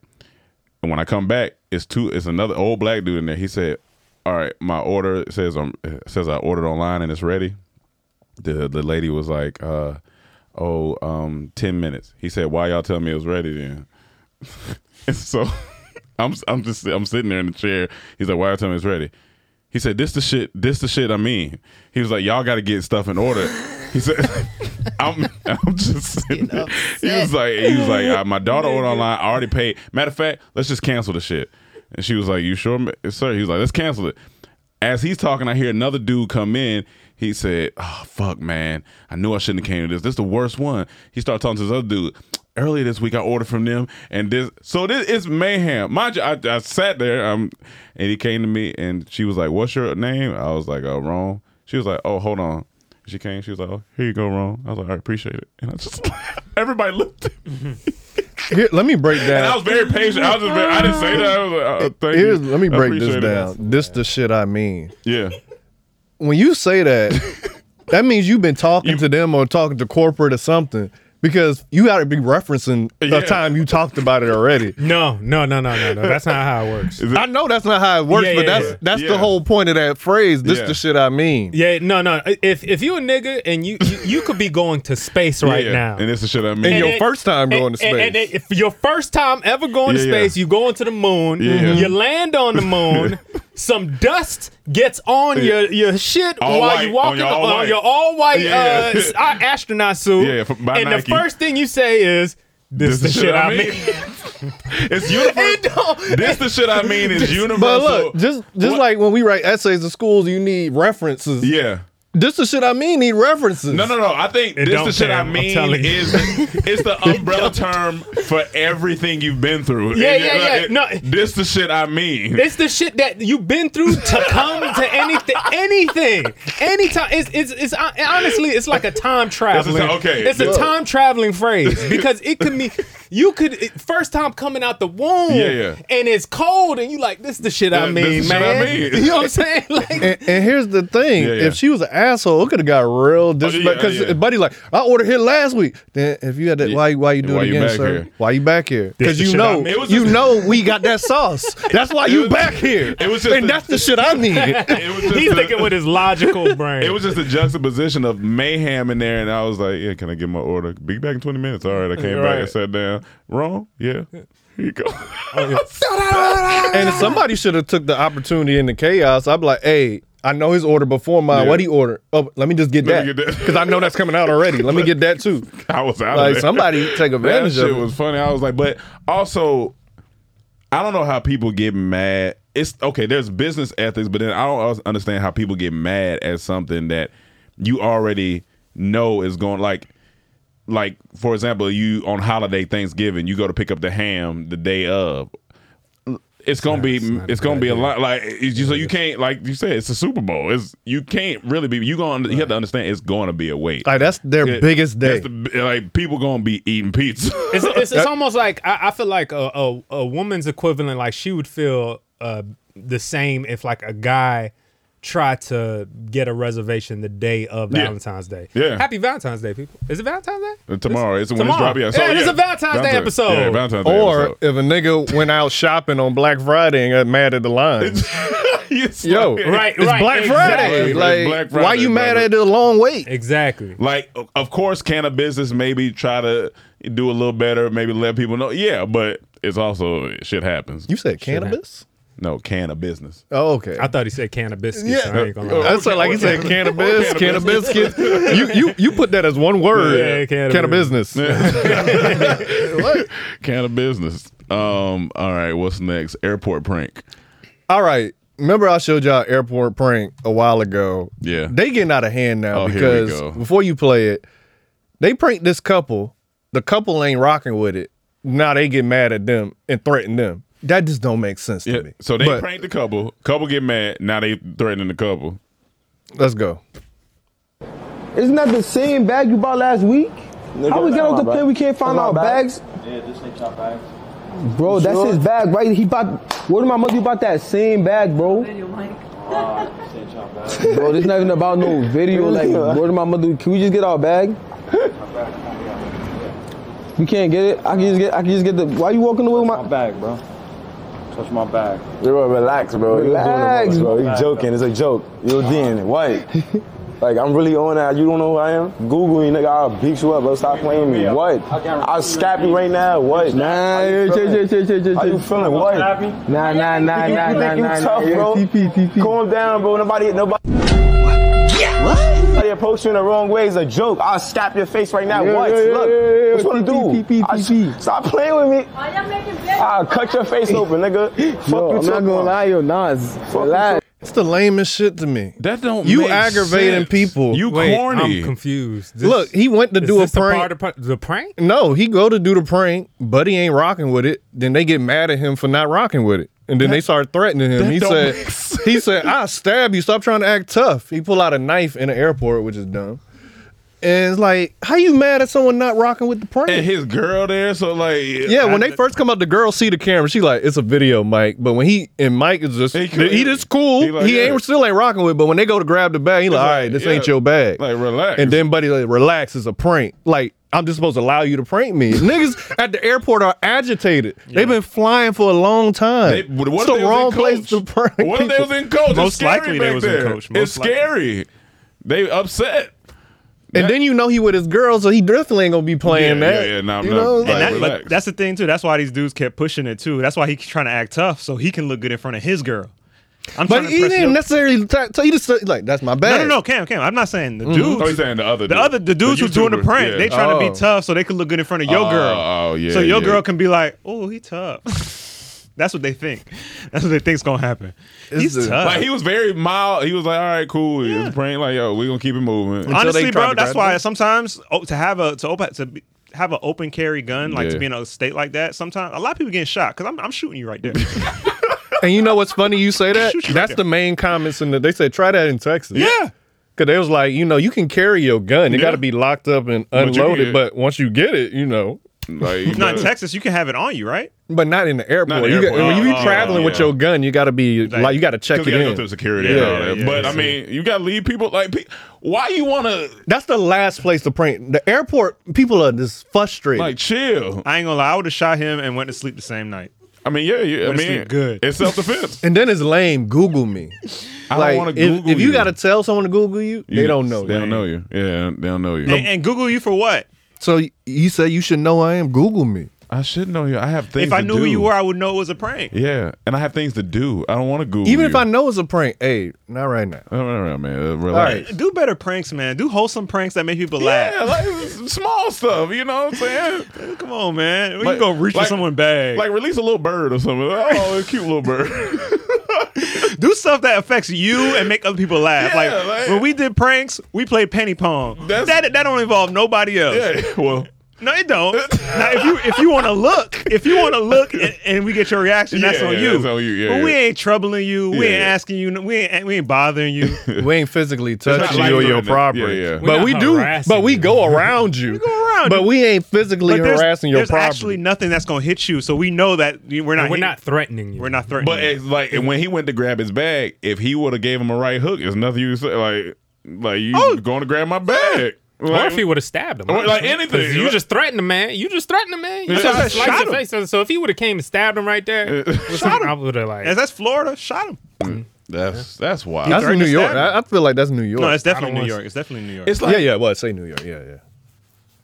E: and when I come back, it's two. It's another old black dude in there. He said, "All right, my order says um it says I ordered online and it's ready." The the lady was like, uh, "Oh, um, 10 minutes." He said, "Why y'all tell me it was ready then?" and so. I'm I'm just I'm sitting there in the chair. He's like, "Why y'all tell me it's ready?" He said, "This the shit. This the shit. I mean." He was like, "Y'all got to get stuff in order." He said, "I'm, I'm just." Sitting there. He was like, "He was like, uh, my daughter ordered online. I already paid. Matter of fact, let's just cancel the shit." And she was like, "You sure, ma- sir?" He was like, "Let's cancel it." As he's talking, I hear another dude come in. He said, "Oh fuck, man! I knew I shouldn't have came to this. This is the worst one." He started talking to this other dude. Earlier this week, I ordered from them, and this so this is mayhem. Mind you, I, I sat there, um, and he came to me, and she was like, "What's your name?" I was like, "Oh, wrong." She was like, "Oh, hold on." She came. She was like, "Oh, here you go, wrong." I was like, "I appreciate it," and I just everybody looked. at me.
C: Here, let me break
E: And I
C: down.
E: was very patient. I was just very, I didn't say that. I was like, oh, thank
C: Here's,
E: you.
C: let me
E: I
C: break this
E: appreciate it."
C: down. This the shit I mean.
E: Yeah.
C: When you say that, that means you've been talking to them or talking to corporate or something because you got to be referencing the
E: Yeah.
C: time you talked about it already.
G: No, no, no, no, no, no. That's not how it works.
C: I know that's not how it works,
G: Yeah,
C: but
G: yeah,
C: that's
G: yeah.
C: that's
E: Yeah.
C: the whole point of that phrase. This
E: Yeah.
C: the shit I mean.
G: Yeah, no, no. If if you a nigga and you you, you could be going to space right
E: yeah.
G: now,
E: and it's the shit I
C: And
E: mean.
G: And
C: your
G: it-
C: first time going to space.
G: And, and it- if your first time ever going
E: Yeah,
G: to
E: yeah.
G: space, you go into the moon,
E: Yeah, yeah.
G: you land on the moon, some dust gets on your, your shit
E: All
G: while
E: white,
G: you walk
E: on
G: in
E: your
G: the,
E: all
G: on
E: white.
G: your all white
E: Yeah, yeah.
G: uh, s- uh, astronaut suit.
E: Yeah, f- by
G: and
E: Nike.
G: the first thing you say is, This, is the shit I mean.
E: it's universal. this the shit I mean is universal.
C: But look, just just
E: What-
C: like when we write essays in schools, you need references.
E: yeah.
C: This the shit I mean. Need references.
E: No, no, no. I think
G: It
E: this
G: don't,
E: the shit I
G: Cam. I'm
E: mean
G: telling you.
E: is it's the umbrella term for everything you've been through.
G: Yeah,
E: And
G: yeah,
E: it-
G: yeah.
E: it-
G: No.
E: This the shit I mean.
G: It's the shit that you've been through to come to anything, anything, anytime. It's it's it's uh, honestly, it's like a time traveling.
E: okay.
G: it's a
E: Look.
G: time traveling phrase because it could mean you could it- first time coming out the womb,
E: Yeah, yeah.
G: and it's cold, and you like this. The shit I
E: Yeah,
G: mean,
E: this the shit I
G: man.
E: mean.
G: You know what I'm saying? Like,
C: And, and here's the thing:
E: Yeah, yeah.
C: if she was an asshole, it could have got real disrespect.
E: yeah,
C: Because
E: yeah.
C: buddy, like, I ordered here last week. Then if you had that, why why you do
E: Why
C: it
E: you
C: again,
E: back
C: sir?
E: here?
C: Why you back here? Because
G: This the
C: you
G: shit I
C: know
G: mean.
E: It was
C: you
E: just-
C: know we got that sauce. That's why you
E: was-
C: back here.
E: it was just
C: and
E: the-
C: that's the shit I needed.
E: It was just
G: he's
E: a-
G: thinking with his logical brain.
E: It was just a juxtaposition of mayhem in there, and I was like, "Yeah, can I get my order? Be back in twenty minutes." All right, I came back
G: Right. Oh,
E: and sat down. Wrong? Yeah. Here you go.
C: and if somebody should have took the opportunity in the chaos, I'd be like, hey. I know his order before mine.
E: Yeah.
C: What he ordered? Oh, let me just get
E: Let me
C: that
E: get that.
C: because I know that's coming out already. Let me get that too.
E: I was out. of
C: Like
E: there.
C: somebody take
E: That
C: advantage
E: shit
C: of it.
E: was funny. I was like, but also, I don't know how people get mad. It's okay. There's business ethics, but then I don't also understand how people get mad at something that you already know is going like. Like for example, you on holiday Thanksgiving, you go to pick up the ham the day of. It's gonna be
G: not
E: it's
G: a
E: gonna
G: good
E: be a
G: idea.
E: lot like it's- so you can't like you said it's a Super Bowl. It's you can't really be you gonna you have to understand it's gonna be a wait.
C: Like that's their
E: It-
C: biggest day.
E: that's the- like people gonna be eating pizza.
G: it's, it's, it's almost like I, I feel like a, a, a woman's equivalent. Like she would feel uh, the same if like a guy tried to get a reservation the day of
E: Yeah.
G: Valentine's Day.
E: Yeah.
G: happy Valentine's Day, people. Is it Valentine's Day?
E: Uh, tomorrow. It's, when it's
G: tomorrow.
E: drop. Yeah, so,
G: Yeah, it's a Valentine's Day episode.
E: Yeah, Valentine's Day
C: Or
E: episode.
C: if a nigga went out shopping on Black Friday and got mad at the line. Yo,
G: Right,
C: it's Black
G: right,
C: Friday.
G: exactly.
C: Like,
E: Black
C: why
E: Friday,
C: you mad
E: brother.
C: at the long wait?
G: Exactly.
E: Like, o- of course, can a business maybe try to do a little better? Maybe let people know. Yeah, but it's also shit happens.
C: You said cannabis?
E: no can a business.
C: Oh, okay.
G: I thought he said cannabis.
C: Yeah. Uh,
G: I ain't gonna lie.
C: That's what, like you said, cannabis, cannabis. You you you put that as one word.
G: Yeah, cannabis.
C: Cannabis.
E: Can a business. Um. All right. What's next? Airport prank.
C: All right. Remember I showed y'all airport prank a while ago.
E: Yeah.
C: They getting out of hand now
E: Oh, here we
C: because
E: go.
C: before you play it, they prank this couple. The couple ain't rocking with it. Now they get mad at them and threaten them. That just don't make sense to
E: Yeah.
C: me.
E: So they
C: But
E: prank the couple. Couple get mad. Now they threatening the couple.
C: Let's go.
D: Isn't that the same bag you bought last week? How we get off the plane? We can't find our bags.
J: Yeah, this ain't y'all bags.
D: Bro, that's his bag, right? He bought. Where did my mother bought that same bag, bro?
J: This ain't y'all bags.
D: Bro, this not even about no video. Like, where did my mother? Can we just get our bag? We can't get it. I can just get. I can just get the. Why you walking away with my?
J: My bag, bro. Touch my bag.
K: Bro, relax, bro. You was doing it,
D: Relax,
K: bro. You joking? It's a joke. You're doing it. Why? Like I'm really on that. You don't know who I am? Google you, nigga. I'll beat you up, bro. Stop playing with me. What? I'll scap you right now. What?
D: Nah,
K: How you
D: yeah, chill,
K: feeling?
D: chill, chill, chill, chill,
K: How you
D: chill.
K: feeling? What?
D: Nah, nah, nah,
K: You
D: nah, nah,
K: think you
D: nah.
K: tough,
D: nah.
K: bro?
D: Yeah, TP, TP.
K: Calm down, bro. Nobody, nobody. Nobody approach you in the wrong way is a joke. I'll slap your face right now.
D: Yeah,
K: What?
D: yeah, yeah,
K: Look,
D: yeah, yeah,
K: what you wanna do?
D: TP, TP,
K: I-
D: TP.
K: Stop playing with me. I'll cut your face open, nigga. Fuck
D: Yo,
K: you
D: I'm not
K: talking
D: gonna
K: about.
D: lie, yo, Nas. Relax.
C: It's the lamest shit to me.
E: That don't.
C: You
E: make
C: aggravating
E: sense.
C: people.
E: You
G: Wait,
E: corny.
G: I'm confused. This-
C: Look, he went to
G: is
C: do a
G: this the
C: prank.
G: part of pr- the prank?
C: No, he go to do the prank, but he ain't rocking with it. Then they get mad at him for not rocking with it, and then they start threatening him.
E: that
C: He
E: don't
C: said,
E: make sense.
C: "He said I stab you. Stop trying to act tough." He pull out a knife in the airport, which is dumb. And it's like, how you mad at someone not rocking with the prank?
E: and his girl there. So like.
C: yeah, when they first come up, the girl see the camera. She like, it's a video, Mike. But when he and Mike is just,
E: He
C: he,
E: could-
C: just cool.
E: he
C: He,
E: like, yeah.
C: ain't still ain't rocking with. it, But when they go to grab the bag, he like, all
E: like,
C: right, this
E: yeah,
C: ain't your bag.
E: like, relax.
C: And then buddy like, relax. It's a prank. Like I'm just supposed to allow you to prank me. Niggas at the airport are agitated. They've been flying for a long time.
E: They, what
C: it's
E: if
C: the
E: they was
C: wrong
E: in
C: place to
E: coach?
C: prank.
E: What if they
C: people.
E: was in coach?
H: Most
E: it's scary
H: likely they
E: back
H: was in
E: there.
H: coach. Most
E: it's scary. They upset.
C: and then you know he with his girl, so he definitely ain't gonna be playing
E: Yeah,
C: that.
E: yeah, yeah, nah, I'm
C: you
E: not-
C: know?
E: like,
H: And that,
E: relax.
H: but that's the thing too. That's why these dudes kept pushing it too. That's why he's trying to act tough so he can look good in front of his girl. I'm
C: but
H: trying to
C: he
H: impress
C: didn't
H: your-
C: necessarily. T- so he just said, like that's my
H: No,
C: bag.
H: no, no, Cam, Cam. I'm not saying the dudes.
E: Oh, he's saying the other
H: the
E: dude.
H: other the dudes who's doing the
E: YouTuber,
H: prank.
E: yeah.
H: They trying to
C: Oh.
H: be tough so they can look good in front of your
E: Oh,
H: girl.
E: oh, yeah,
H: So your
E: yeah.
H: girl can be like, oh, he tough. That's what they think. That's what they think's gonna happen. he's
C: the-
H: tough.
E: Like Uh, he was very mild. He was like, "All right, cool." He
H: Yeah. Uh,
E: was praying like, "Yo, we gonna keep it moving."
C: Until they
H: Honestly,
C: tried
H: bro,
C: to
H: that's
C: grab
H: why
C: them.
H: sometimes oh, to have a to open to be, have an open carry gun, like
E: Yeah.
H: to be in a state like that, sometimes a lot of people getting shot because I'm, I'm shooting you right there.
C: And you know what's funny? You say that.
H: Shoot you right
C: That's
H: there.
C: the main comments in the. They said try that in Texas.
E: Yeah.
C: Cause they was like, you know, you can carry your gun. It
E: Yeah.
C: got to be locked up and
E: But you
C: unloaded.
E: get-
C: But once you get it, you know.
E: Like, uh, you
H: Not in
E: know,
H: Texas, you can have it on you, right?
C: But not in the airport.
E: Not in the
C: you got-
E: airport.
C: when you
H: Oh,
C: be
H: oh,
C: traveling with
E: yeah.
C: your gun, you got to be
H: Like-
C: like, you got to check
E: Cause
C: it
E: you gotta go
C: in.
E: through security
C: Yeah,
E: and all that.
H: yeah,
E: but
H: yeah.
E: I mean, you gotta leave people like, pe- why you wanna
C: That's the last place to prank. The airport people are just frustrated.
E: like chill?
H: I ain't gonna lie, I would have shot him and went to sleep the same night.
E: I mean, yeah, yeah I
H: Honestly,
E: mean,
H: good.
E: It's self defense.
C: and then it's lame. Google me.
E: I
C: like,
E: don't want to
C: if,
E: Google
C: if you,
E: you.
C: got to tell someone to Google you, they
E: You-
C: don't know.
E: They
C: you.
E: don't know you. Yeah, they don't know you.
H: And, and Google you for what?
C: So y- you say you should know I am. Google me.
E: I should know you. I have things.
H: If I
E: to
H: knew who
E: do.
H: you were, I would know it was a prank.
E: Yeah, and I have things to do. I don't want to Google.
C: Even if
E: you.
C: I know it's a prank, hey, not right now.
E: All right, all right, man. Uh,
C: All
E: Relax.
C: right.
H: Do better pranks, man. Do wholesome pranks that make people
E: Yeah,
H: laugh.
E: like s- small stuff. You know what I'm saying?
H: Come on, man. We
E: Like-
H: can go reach
E: like-
H: for someone bag.
E: Like release a little bird or something. Oh, a cute little bird.
H: do stuff that affects you and make other people laugh.
E: Yeah,
H: like,
E: like-
H: when we did pranks, we played penny pong.
E: That's-
H: That that don't involve nobody else.
E: yeah. Well,
H: No, it don't. now, if you if you want to look, if you want to look, and, and we get your reaction, that's
E: Yeah,
H: on
E: yeah,
H: you.
E: that's on you. Yeah,
H: but
E: yeah.
H: we ain't troubling you. We
E: Yeah,
H: ain't
E: yeah.
H: asking you. We ain't we ain't bothering you.
C: We ain't physically
E: not
C: touching
E: like
C: you or
E: doing
C: your
E: that.
C: property.
E: Yeah, yeah. We're
C: But
G: not
C: we do.
G: harassing
C: But we
G: you.
C: go around you. we
H: go around
C: But
H: you.
C: we ain't physically
H: But there's,
C: harassing your
H: there's
C: property.
H: actually nothing that's gonna hit you. So we know that we- we're not.
G: We're
H: hit-
G: not threatening you.
H: We're not threatening.
E: but
H: you.
E: it's like and when he went to grab his bag, if he would have gave him a right hook, there's nothing you could say. Like, like you
C: Oh.
E: going to grab my bag?
G: Or
E: Like,
G: if he would have stabbed him,
E: Or like
G: honestly.
E: anything.
G: 'Cause You just threatened the man. You just threatened the man. You
E: Yeah.
G: tried to
E: I
G: slice
H: shot
G: his
H: him.
G: face. So- So if he would have came and stabbed him right there, with some- I would have like
H: As that's Florida, shot him.
E: That's that's wild.
C: That's New York. I, I feel like that's New York.
H: No, it's
C: I
H: definitely
C: don't
H: New
C: wanna-
H: York. It's definitely New York.
E: It's like-
C: yeah, yeah. Well, say New York. Yeah, yeah.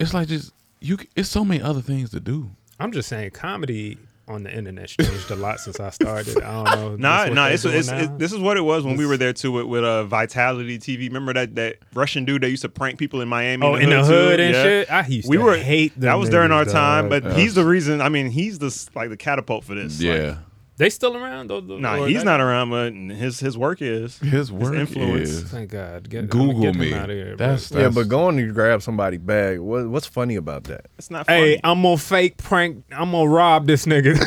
E: It's like just you. c- It's so many other things to do.
G: I'm just saying, comedy on the internet's changed a lot since I started. I don't know. if
H: Nah,
G: that's what
H: nah.
G: they're
H: It's,
G: doing
H: it's,
G: now.
H: it's, this is what it was when we were there too with, with uh, Vitality TV. Remember that that Russian dude that used to prank people in Miami?
G: Oh, in the hood and shit? I used
H: we
G: to
H: were,
G: hate them
H: That was during our
G: niggas,
H: time,
G: dog.
H: but he's the reason. I mean, he's the s- like the catapult for this. Like,
E: Yeah.
G: They still around though? though,
H: nah,
G: or
H: he's
G: that-
H: not around, but his his work is
E: his work
H: influence.
E: is-
G: Thank God. Get,
E: Google
G: get him
E: me.
G: out of here, bro.
E: That's-
C: yeah,
E: that's-
C: but going to grab somebody bag. What, what's funny about that?
H: It's not.
G: Hey, I'm gonna fake prank. I'm gonna rob this nigga.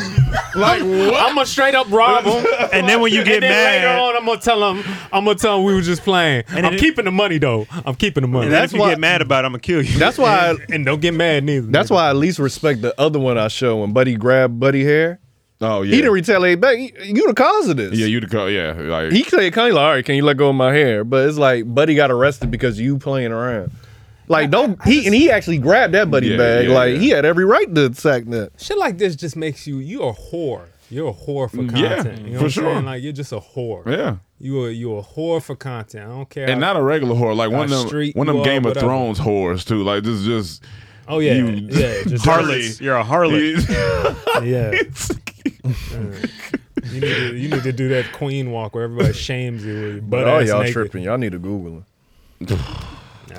H: Like what?
G: I'm gonna straight up rob him.
H: And then when you get
G: and then
H: mad-
G: later on, I'm gonna tell him. I'm gonna tell him we were just playing.
H: And
G: I'm
H: it-
G: keeping the money though. I'm keeping the money.
H: And if you get mad about, it, I'm gonna kill you.
C: That's why.
G: I, and don't get mad neither.
C: That's why I at least respect the other one I show when Buddy grabbed Buddy hair.
E: Oh yeah.
C: He didn't retaliate back. He- You the cause of this.
E: Yeah, you the call. Yeah, like
C: He said, "Kind of like, all right, can you let go of my hair?" But it's like Buddy got arrested because you playing around. Like don't he and he actually grabbed that Buddy
E: Yeah,
C: bag.
E: yeah,
C: like
E: yeah.
C: he had every right to sack that.
G: Shit like this just makes you. You a whore. You're a whore for
E: Mm,
G: content.
E: yeah,
G: you know
E: for
G: what I'm
E: sure.
G: saying? Like you're just a whore.
E: Yeah.
G: You a you a whore for content. I don't care.
E: and not a regular whore, like one of
G: Uh,
E: them,
G: street
E: one of
G: you
E: them
G: are,
E: Game of
G: whatever.
E: Thrones whores too. Like this is just.
G: Oh, yeah. Yeah, just-
H: Harley, you're a harlot.
G: yeah. Mm. You need to you need to do that queen walk where everybody shames you. With your
C: But
G: butt
C: all
G: ass
C: Oh, y'all
G: naked.
C: tripping. Y'all need to Google it.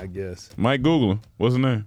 G: I guess.
E: Mike Google him. What's his name?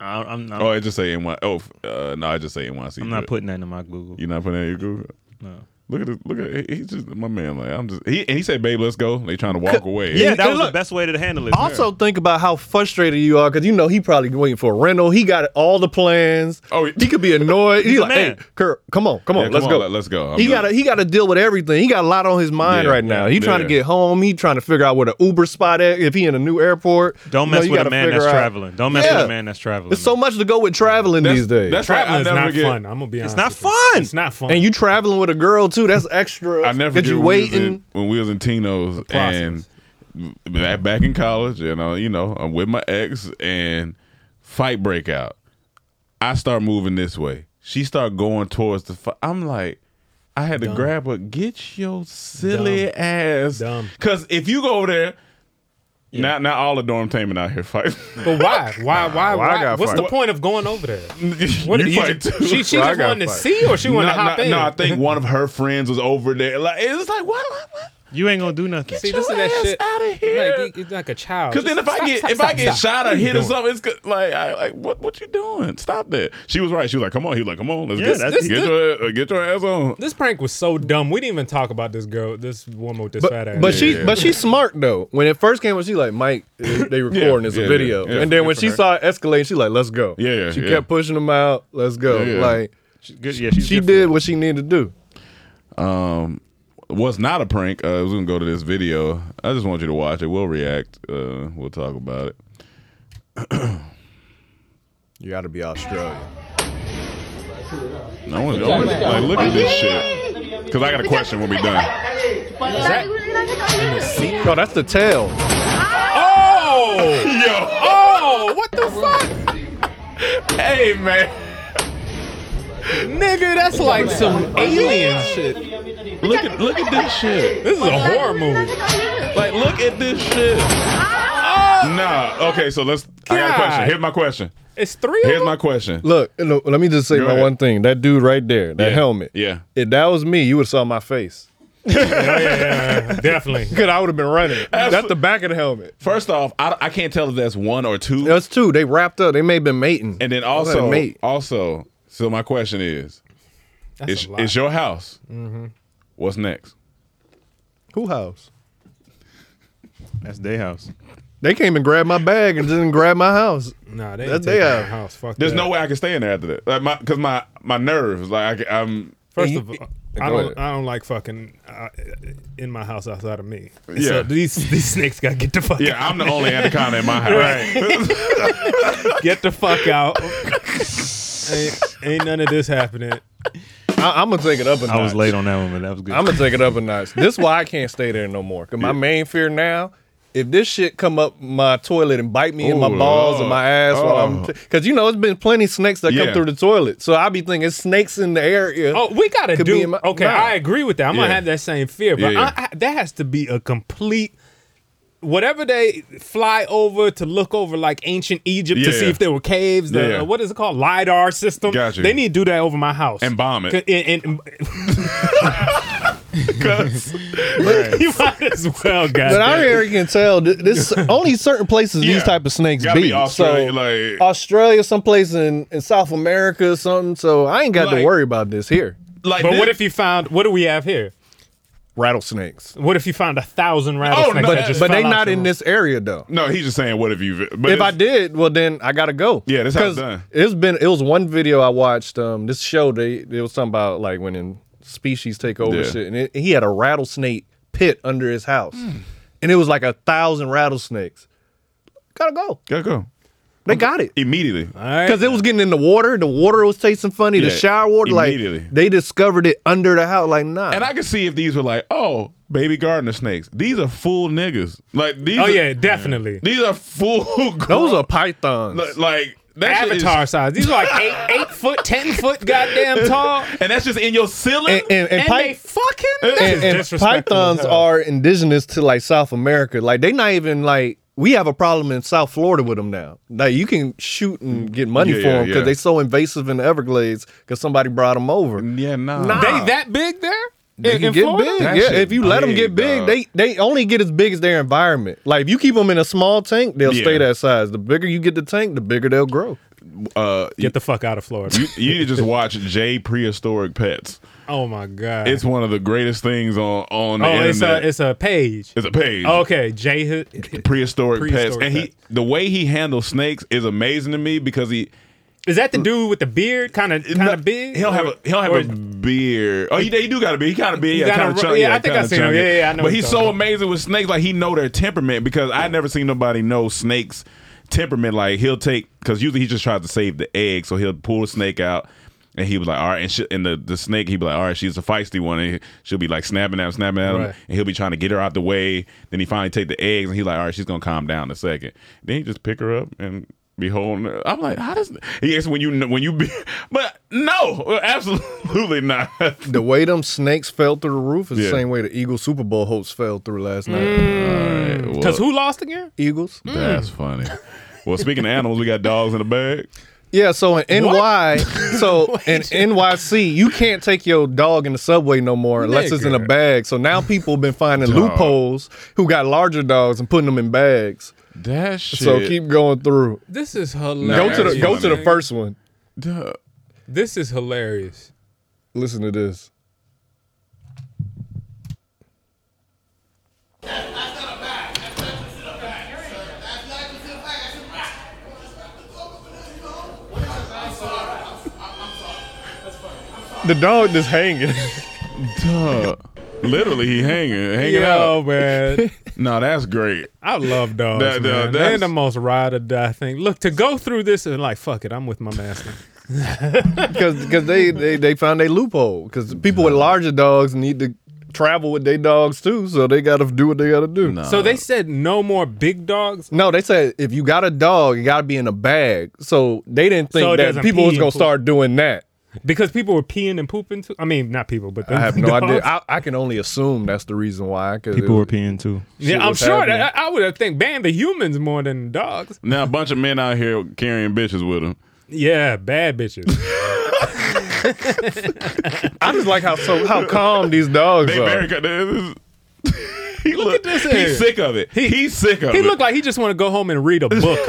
H: I, I'm not.
E: Oh, I just say NY. Oh, f- uh, no, I just say NYC.
H: I'm not
E: Good.
H: putting that in my Google.
E: You're not putting that in your Google.
H: No.
E: Look at this, look at he's just my man. Like I'm just he and he said, "Babe, let's go." They trying to walk away.
H: Yeah, that
C: And
H: was
C: look-
H: the best way to handle it.
C: Also, think about how frustrated you are because you know he probably waiting for a rental. He got all the plans.
E: Oh,
C: he could be annoyed. He's
H: a
C: like,
H: man.
C: "Hey, Kurt, come on, come on,
E: Yeah, come
C: let's
E: on,
C: go,
E: let- let's go." I'm
C: he
E: done.
C: got he got to deal with everything. He got a lot on his mind
E: Yeah,
C: right now. He trying to
E: yeah.
C: get home. He trying to figure out where the Uber spot at. If he in a new airport,
H: Don't
C: You know,
H: mess
C: you
H: with a
C: gotta
H: man
C: figure
H: that's
C: out.
H: traveling. Don't mess with
C: Yeah.
H: a man that's traveling.
C: There's so much to go with traveling these days.
E: that's why I
G: Traveling is
E: never
G: not
E: get-
G: fun. I'm gonna be honest.
H: It's not
G: with you.
H: fun.
G: It's not fun.
C: and you traveling with a girl too. That's extra.
E: I never
C: That
E: forget
C: you
E: when we was in-
C: waiting.
E: when we was in Tino's
G: process.
E: and back back in college, and uh, you know, I'm with my ex and fight break out. I start moving this way. She start going towards the. Fi- I'm like, I had to grab her. Get your silly
G: Dumb.
E: ass.
G: Dumb.
E: Cause if you go over there, not not all the dormtainment out here fighting.
G: but why? Why? Why?
C: why I
G: Why?
C: gotta
G: What's the
C: fight?
G: point of going over there?
E: what
G: you just- she- she
C: Why I
G: just
C: gotta
G: wanted to
C: fight?
G: see, or she wanted to hop
E: no,
G: in.
E: no, I think one of her friends was over there. Like it's like what? what, what?
H: You ain't gonna do nothing.
G: See, this is
E: your
G: that
E: ass
G: shit.
E: outta here.
G: Like, you- you're like a child.
E: Because then if I
G: Stop,
E: get
G: stop,
E: if I
G: stop,
E: get
G: stop.
E: shot or
G: What are you
E: hit or
G: doing?
E: something, it's 'cause, like I like what what you doing? Stop that. She was right. She was like, come on. He was like, come on. Let's
H: Yeah,
E: get
H: that's-
E: get your uh, get your ass on.
G: This prank was so dumb. We didn't even talk about this girl, this woman with this fat ass.
C: But she,
E: yeah.
C: but she's smart though. When it first came, when she like Mike, they recording
E: Yeah,
C: it's
E: yeah,
C: a video,
E: yeah, yeah.
C: and then
E: Good
C: when
E: for
C: she
E: her.
C: saw it escalate, she like, let's go.
E: Yeah, yeah,
C: She
E: yeah.
C: kept pushing them out. Let's go.
E: Yeah, yeah.
C: Like
H: She's good. Yeah, she's
C: she
H: good for
C: did what she needed to do.
E: Um, was not a prank. Uh, I was gonna go to this video. I just want you to watch it. We'll react. Uh, we'll talk about it.
C: You got to be Australian.
E: I want to like look at this shit because I got a question when we done.
C: No, that's the tail.
G: Oh!
E: Yo,
G: Oh! What the fuck?
E: hey man.
G: Nigga, that's like some alien shit.
E: Look at look at this shit.
G: This is a horror movie.
E: Like look at this shit. Nah. Okay, so let's. I got a question.
G: God.
E: Here's my question.
G: It's three of
E: Here's
G: them.
E: my question.
C: Look, look, let me just say
E: Go
C: my
E: ahead.
C: one thing. That dude right there, that
E: Yeah,
C: helmet.
E: yeah.
C: If that was me, you would have saw my face.
G: Definitely.
C: Because I would have been running. That's, the back of the helmet.
E: First off, I, I can't tell if that's one or two.
C: That's two. They wrapped up. They may have been mating.
E: And then
C: was like,
E: also,
C: mate.
E: also, so my question is,
G: That's
E: it's,
G: a lot.
E: it's your house. What's next?
C: Who house?
H: That's day house.
C: They came and grabbed my bag and didn't grab my house.
G: Nah, they
C: That
G: ain't
C: they
G: taking
C: are-
G: my house. Fuck
E: There's
G: that.
E: no way I can stay in there after that. Like my, cause my my nerves. Like I, ca- I'm.
G: First of all,
C: Go
G: I don't,
C: ahead.
G: I don't like fucking uh, in my house outside of me.
E: Yeah.
G: So these these snakes gotta get the fuck
E: Yeah, I'm the only anaconda in my house.
G: out. get the fuck out. ain't, ain't none of this happening.
C: I, am going to take it up a notch.
H: I was late on that one, but that was good.
C: I'm going to take it up a notch. This is why I can't stay there no more. Because my main fear now If this shit come up my toilet and bite me in my
E: Ooh,
C: balls and
E: Lord.
C: my ass while I'm,
E: Oh.
C: because you know it's been plenty snakes that
E: Yeah.
C: come through the toilet, so I be thinking it's snakes in the area.
G: Oh, we gotta
C: Could be
G: do.
C: in my-
G: okay,
C: Nah.
G: I agree with that. I'm gonna
C: Yeah.
G: have that same fear, but
C: Yeah, yeah.
G: I, I, that has to be a complete. Whatever they fly over to look over, like ancient Egypt,
E: Yeah,
G: to see
E: yeah.
G: if there were caves. the-
E: Yeah, yeah.
G: what is it called? Lidar system.
E: Gotcha.
G: They need to do that over my house
E: And bomb it.
G: C- And, and- you might as well, guys.
C: But I already can tell th- this only certain places these type of snakes
E: Gotta
C: be.
E: be Australia, like-
C: so Australia, someplace in, in South America, or something. So I ain't got to
G: Like-
C: worry about this here.
G: Like but what if you found? What do we have here?
C: rattlesnakes?
G: What if you found a thousand rattlesnakes? that
C: Oh, but,
G: just
C: but
G: fell
C: they
G: out
C: not
G: your-
C: in this area though.
E: No, he's just saying what if you. But
C: if I
E: it's-
C: did, well then I gotta go.
E: Yeah, that's how it's
C: 'Cause
E: done.
C: It's been it was one video I watched. Um, this show they it was something about like when in species take over
E: Yeah.
C: shit, and it, he had a rattlesnake pit under his house,
E: Hmm.
C: and it was like a thousand rattlesnakes. Gotta go.
E: Gotta go.
C: They got it
E: immediately
C: because it was getting in the water. The water was tasting funny.
E: Yeah,
C: the shower water, like
E: immediately.
C: they discovered it under the house. Like nah,
E: And I can see if these were like, oh, baby gardener snakes. These are full niggas. Like these.
G: Oh,
E: are-
G: yeah, definitely.
E: These are full.
C: Those are pythons.
E: Like, like that shit is-
G: Avatar size. These are like eight, eight foot, ten foot, goddamn tall.
E: and that's just in your ceiling.
C: And- and- and
G: they
C: pyth-
G: fucking. That
C: and,
G: is
C: and
G: disrespectful as
C: pythons
G: hell.
C: are indigenous to like South America. Like they not even like we have a problem in South Florida with them now. Like you can shoot and get money
E: Yeah,
C: for
E: yeah,
C: them because
E: yeah.
C: they so invasive in the Everglades because somebody brought them over.
E: Yeah, no.
C: Nah.
G: They that big there?
C: They
G: in,
C: can
G: in
C: get
G: Florida?
C: big.
E: That
C: yeah,
E: shit
C: if you let them
E: big,
C: get big,
E: dog.
C: they they only get as big as their environment. Like if you keep them in a small tank, they'll
E: Yeah.
C: stay that size. The bigger you get the tank, the bigger they'll grow.
E: Uh,
G: Get the fuck out of Florida.
E: you, you need to just watch J Prehistoric Pets.
G: oh my god.
E: It's one of the greatest things on on the
G: oh, it's
E: internet.
G: a it's a page.
E: It's a page.
G: Okay, J Hood.
E: prehistoric, pets,
G: Prehistoric
E: and he
G: pets.
E: the way he handles snakes is amazing to me because he
G: Is that the dude with the beard? Kind of kind of big.
E: he'll have a he'll have
G: Or-
E: a beard. Oh, he, he do got a beard. He kind of big.
G: He
E: Yeah,
G: got a
E: kind of
G: ru-
E: chunky.
G: yeah, I think I
E: kinda
G: seen him.
E: chunky.
G: Yeah, yeah, I know what
E: But
G: you're
E: he's
G: talking
E: so
G: about.
E: amazing with snakes. Like he know their temperament because I never seen nobody know snakes temperament. Like he'll take because usually he just tries to save the egg, so he'll pull a snake out. And he was like, all right, and, she, and the, the snake, he'd be like, all right, she's a feisty one. And she'll be like snapping at him, snapping at him.
G: Right.
E: And he'll be trying to get her out the way. Then he finally take the eggs and he's like, all right, she's going to calm down in a second. Then he just pick her up and be holding her. I'm like, how does, yes, when you, when you be, but no, absolutely not.
C: The way them snakes fell through the roof is
E: Yeah.
C: the same way the Eagle Super Bowl hopes fell through last night.
G: Mm. Cause who lost again?
C: Eagles.
G: Mm.
E: That's funny. Well, speaking of animals, we got dogs in the bag.
C: Yeah, so in NY, so in NYC, you can't take your dog in the subway no more unless it's in a
E: Nigger.
C: bag. So now people have been finding
E: Dog.
C: loopholes who got larger dogs and putting them in bags.
E: That shit.
C: So keep going through.
G: This is
C: go
G: hilarious.
C: to the go to the first one.
E: Duh.
G: This is hilarious.
C: Listen to this. The dog just hanging.
E: Duh. Literally, he hanging, hanging
G: Yo,
E: out.
G: man.
E: No, that's great.
G: I love dogs.
E: That- that-
G: man. They're
E: that's-
G: the most ride or die thing. Look, to go through this and like, fuck it, I'm with my master.
C: because because they, they they found a loophole because people with larger dogs need to travel with their dogs too, so they got to do what they got to do. No.
G: So they said no more big dogs.
C: they said if you got a dog, you got to be in a bag. So they didn't think
G: So it
C: that
G: doesn't
C: people
G: pee
C: was
G: and
C: gonna
G: poop.
C: start doing that.
G: Because people were peeing and pooping too. I mean, not people, but
C: I have no
G: dogs.
C: idea. I, I can only assume that's the reason why. Cause
H: People
C: it-
H: were peeing too.
C: shit
G: yeah, I'm
C: was
G: sure
C: happening.
G: that I, I would have think ban the humans more than the dogs.
E: Now a bunch of men out here carrying bitches with them.
G: Yeah, bad bitches.
C: I just like how so how calm these dogs
E: They
C: are.
E: very. this is- He look,
G: at this
E: He's
G: area.
E: sick of it. he's sick of
G: he
E: it.
G: looked like he just want to go home and read a book.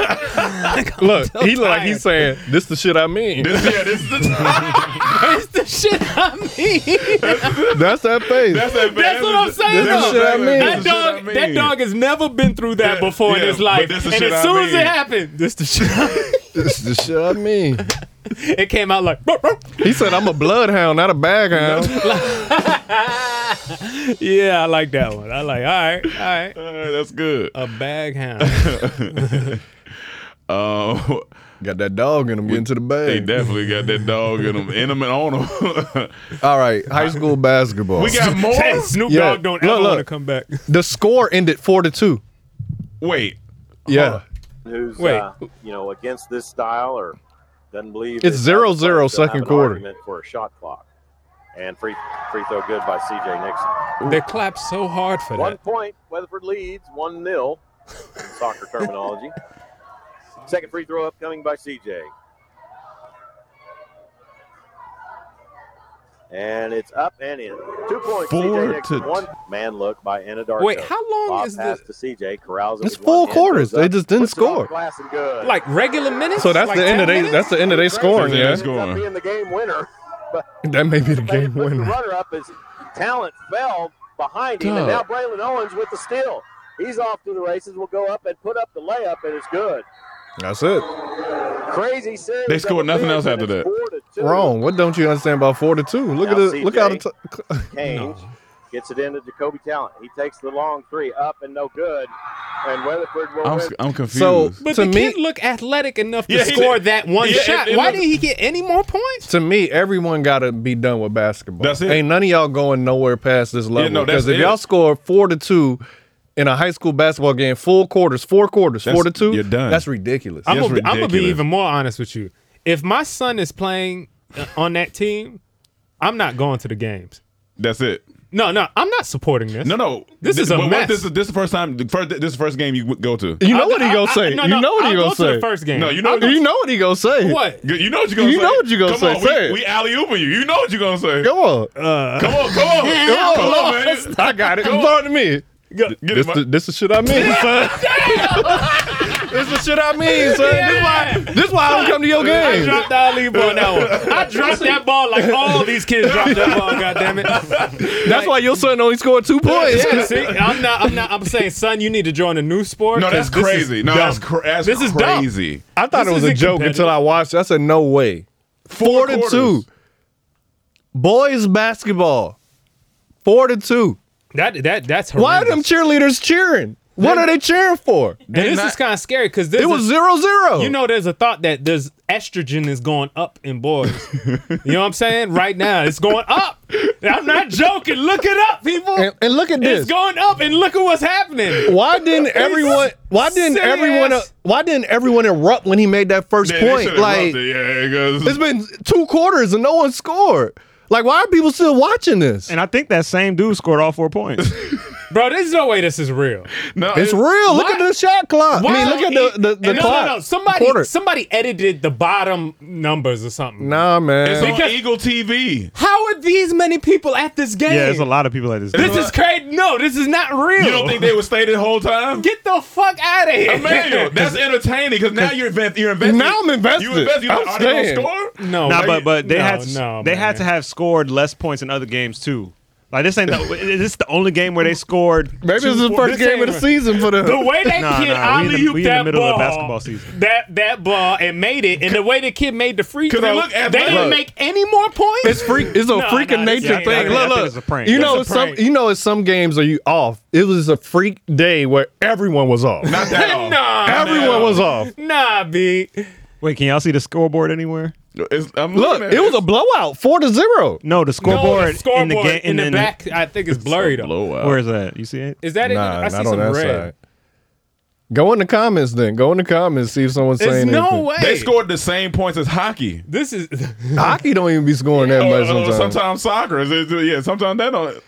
C: Look, he look like
G: tired.
C: he's saying, "This the shit I mean."
E: this, yeah, this, this,
G: That's the shit I mean.
C: that's that face.
E: that's, that,
G: That's what I'm saying.
C: That's the
G: though.
C: shit I mean.
G: That dog, that dog has never been through that
E: Yeah,
G: before
E: yeah,
G: in his
E: but
G: life.
E: this the
G: And
E: shit I
G: as soon as
E: mean.
G: it happened, this the shit.
C: this the shit I mean.
G: it came out like, "Ruh, ruh."
C: He said, "I'm a bloodhound, not a bag hound."
G: yeah, I like that one. I like, all right, all right.
E: that's good.
G: A bag hound.
E: Uh,
C: Got that dog in him. Get into the
E: they
C: bag.
E: definitely got that dog in them, in them and on them.
C: All right, high school basketball.
E: we got more.
G: Snoop
C: Yeah.
G: Dogg
C: Look,
G: don't ever
C: look.
G: want to come back.
C: the score ended four to two.
E: Wait.
C: Yeah.
L: who's
C: Wait.
L: Uh, you know against this style or doesn't believe
C: It's
L: that
C: 0-0
L: Celtics don't have
C: second
L: an
C: quarter.
L: argument for a shot clock and free free throw good by C.J. Nixon.
G: They clap so hard for
L: One
C: uh,
G: that.
L: point, Weatherford leads one 0 in soccer terminology. Second free throw upcoming by C.J. And it's up and in. Two points.
E: Four
L: CJ Nixon.
E: to-
L: One man look by Anadarko.
G: Wait, how long
L: Lob
G: is the-
L: pass to CJ corrals it
C: It's
L: with one
C: four
L: hand,
C: quarters.
L: goes
C: They
L: up,
C: just didn't
L: puts it off
C: score.
L: glass and good.
G: Like regular minutes.
C: So that's
G: Like
C: the end of
G: 10
C: they.
G: minutes?
C: That's the end of they scoring.
E: That's the end
C: Yeah,
E: of scoring.
L: Being the game winner, but
C: that may be the game
L: the
C: winner.
L: runner up is talent fell behind him, and now
C: Dog.
L: Braylon Owens with the steal. He's off to the races. Will go up and put up the layup, and it's good.
C: That's it.
L: Crazy series.
E: They scored nothing else after that.
C: Wrong. What don't you understand about four to two? Look at
L: Now
C: it. Look how the.
L: CJ.
C: T-
L: Canes gets it into Jacoby Talent. He takes the long three up and no good, and Weatherford will
E: I'm,
L: win.
E: I'm confused.
C: So-
G: But
C: To
G: the
C: me-
G: kid looked athletic enough to
E: Yeah, he
G: score
E: did.
G: that one
E: Yeah,
G: shot.
E: it- it
G: Why
E: looked-
G: did he get any more points?
C: to me, everyone gotta be done with basketball.
E: That's it.
C: Ain't none of y'all going nowhere past this level.
E: no, that's
C: Because if
E: it.
C: y'all score four to two in a high school basketball game, full quarters, four quarters,
E: That's-
C: four to two,
E: you're done.
C: That's ridiculous.
G: I'm
E: That's
G: gonna, be- I'm gonna be
E: ridiculous.
G: even more honest with you. If my son is playing uh, on that team, I'm not going to the games.
E: That's it.
G: No, no, I'm not supporting this.
E: No, no.
G: This is a
E: what- what-
G: mess.
E: This is this is the first time. the First, this is the first game you w- go to.
C: you know what he
G: I-
C: gonna
G: I-
C: say.
G: no,
C: you
G: no,
C: know what he
G: I'll
C: gonna
G: go to
C: say.
G: the first game.
E: No, you know
C: you know what he gonna say.
G: What?
E: You know what you gonna
C: You
E: say.
C: know what you gonna
E: Come
C: say.
E: On,
C: Say
E: we
C: it.
E: we alley ooping you. You know what you gonna say.
C: Come on.
E: Come on, Uh, come on, come on, man.
C: I got it.
E: Go.
C: Blow it to me.
E: Get
C: this,
E: it,
C: the,
E: man.
C: this the shit I mean, son. this the shit I mean, son. This why this why I don't come to your
G: I
C: game.
G: dropped the alley ball on that one. I dropped that ball like all these kids dropped that ball. God damn it!
C: That's why your son only scored two points.
G: Yeah, see, I'm not. I'm not. I'm saying, son, you need to join a new sport.
E: No, that's
G: 'cause this is
E: crazy. No,
G: dumb.
E: that's, cra- that's
G: This is dumb.
E: crazy.
C: I thought
G: This
C: it was a
G: isn't
C: joke
G: competitive.
C: until I watched. it. I said, "No way." Four, to
E: quarters.
C: two. Boys basketball. Four to two.
G: That that that's horrendous.
C: Why are them cheerleaders cheering? What are they cheering for?
G: And this is kind of scary because
C: It was zero zero.
G: You know, there's a thought that there's estrogen is going up in boys. you know what I'm saying? Right now, it's going up. I'm not joking. Look it up, people.
C: and, and look at this.
G: it's going up, and look at what's happening.
C: Why didn't everyone? Why didn't
G: silly
C: everyone? uh,
G: ass.
C: Why didn't everyone erupt when he made that first
E: Yeah, they
C: point?
E: should've
C: Like
E: rubbed it. yeah, because
C: it's been two quarters and no one scored. Like why are people still watching this?
H: And I think that same dude scored all four points.
G: Bro, there's no way this is real.
E: no,
C: It's real.
H: Oh,
C: Look
G: uh, Why-
C: at the shot clock.
G: Why
C: I mean, look at
G: don't
C: the the,
G: he-
C: the
G: and no,
C: clock.
G: No, no, Somebody,
C: quarter.
G: somebody edited the bottom numbers or something.
C: Nah, man.
E: It's on
G: Because-
E: Eagle TV.
G: How are these many people at this game?
H: yeah, there's a lot of people at this.
G: This is crazy. No, this is not real.
E: You
C: Oh.
E: don't think they would stay the whole time?
G: Get the fuck out of here,
E: Emmanuel, that's entertaining because now you're invest, you're invested.
C: Now I'm invested.
E: You invested. You're like,
C: I'm
E: are they
C: staying.
E: gonna score?
G: No,
H: nah,
G: way.
H: but but they
G: No,
H: had
G: no,
H: they had
G: man.
H: to have scored less points in other games too. Like this ain't the, this is the only game where they scored.
C: Maybe this
H: two
C: is the
H: points.
C: first
G: this
C: game of the
G: ain't-
C: season for the.
G: The way that
H: Nah,
G: kid
H: nah, we in the-
G: alley
H: we
G: ooped
H: in the
G: that
H: middle
G: ball,
H: of the basketball season.
G: that that ball and made it, and the way the kid made the free
E: 'Cause
G: throw,
E: they
G: they,
E: look athletic.
G: didn't
C: Look.
G: make any more points.
C: It's freak. It's a
G: No,
C: freak of
G: no, this
C: nature
G: ain't-
C: thing.
H: I think- I
C: Look,
H: think
C: look.
H: it's a prank.
C: You
H: It's
C: know,
G: a
C: some
G: prank.
C: you know, in some games are you off. It was a freak day where everyone was off.
E: Not that all.
G: nah,
C: everyone was off.
G: nah, b.
H: Wait, can y'all see the scoreboard anywhere?
E: It's- I'm
C: Look,
E: looking at
C: it was a blowout, four to zero.
H: No, the scoreboard,
G: no, the scoreboard
H: in the game
G: in the back. I think it's blurry though.
E: blowout.
H: Where is that? You see it?
G: Is that it? I see some red.
C: Go in the comments then. Go in the comments see if someone's
G: There's
C: saying
G: no
C: anything.
G: way.
E: They scored the same points as hockey.
G: This is
C: Hockey don't even be scoring that
E: Or-
C: much
E: or
C: sometimes.
E: sometimes soccer. It's- it's- Yeah, sometimes that don't.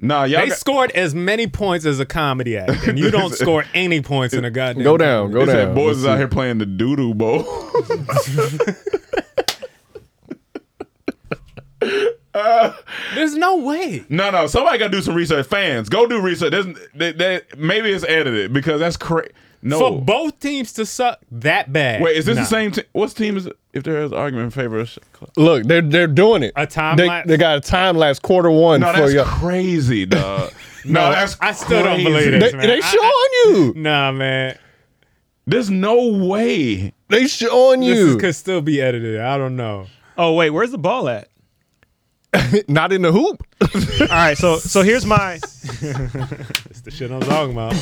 E: Nah, y'all.
G: they
E: got-
G: scored as many points as a comedy act, and you don't score any points in a goddamn.
C: Go down. Go
E: They said
C: down.
E: boys
C: Let's
E: is
C: see.
E: out here playing the doodoo bowl.
G: There's no way.
E: no, no, somebody got to do some research. Fans, go do research. There's, they, they, maybe it's edited because that's crazy. No,
G: For both teams to suck that bad.
E: wait, is this
G: Nah.
E: the same? Te- what's team is? If there is argument in favor of. Sh-
C: Look, they're they're doing it.
G: A time
C: they,
G: lapse?
C: They got a time lapse quarter one
E: No,
C: for
E: that's
C: you.
E: crazy, dog. no, that's
G: I still don't
E: crazy.
G: believe it.
C: They,
G: man.
C: they
G: I-
C: showing you.
G: Nah, man.
E: There's no way.
C: They showing
G: This is,
C: you.
G: could still be edited. I don't know.
H: Oh wait, where's the ball at?
C: Not in the hoop.
H: All right, so so here's my
G: It's the shit I'm talking about.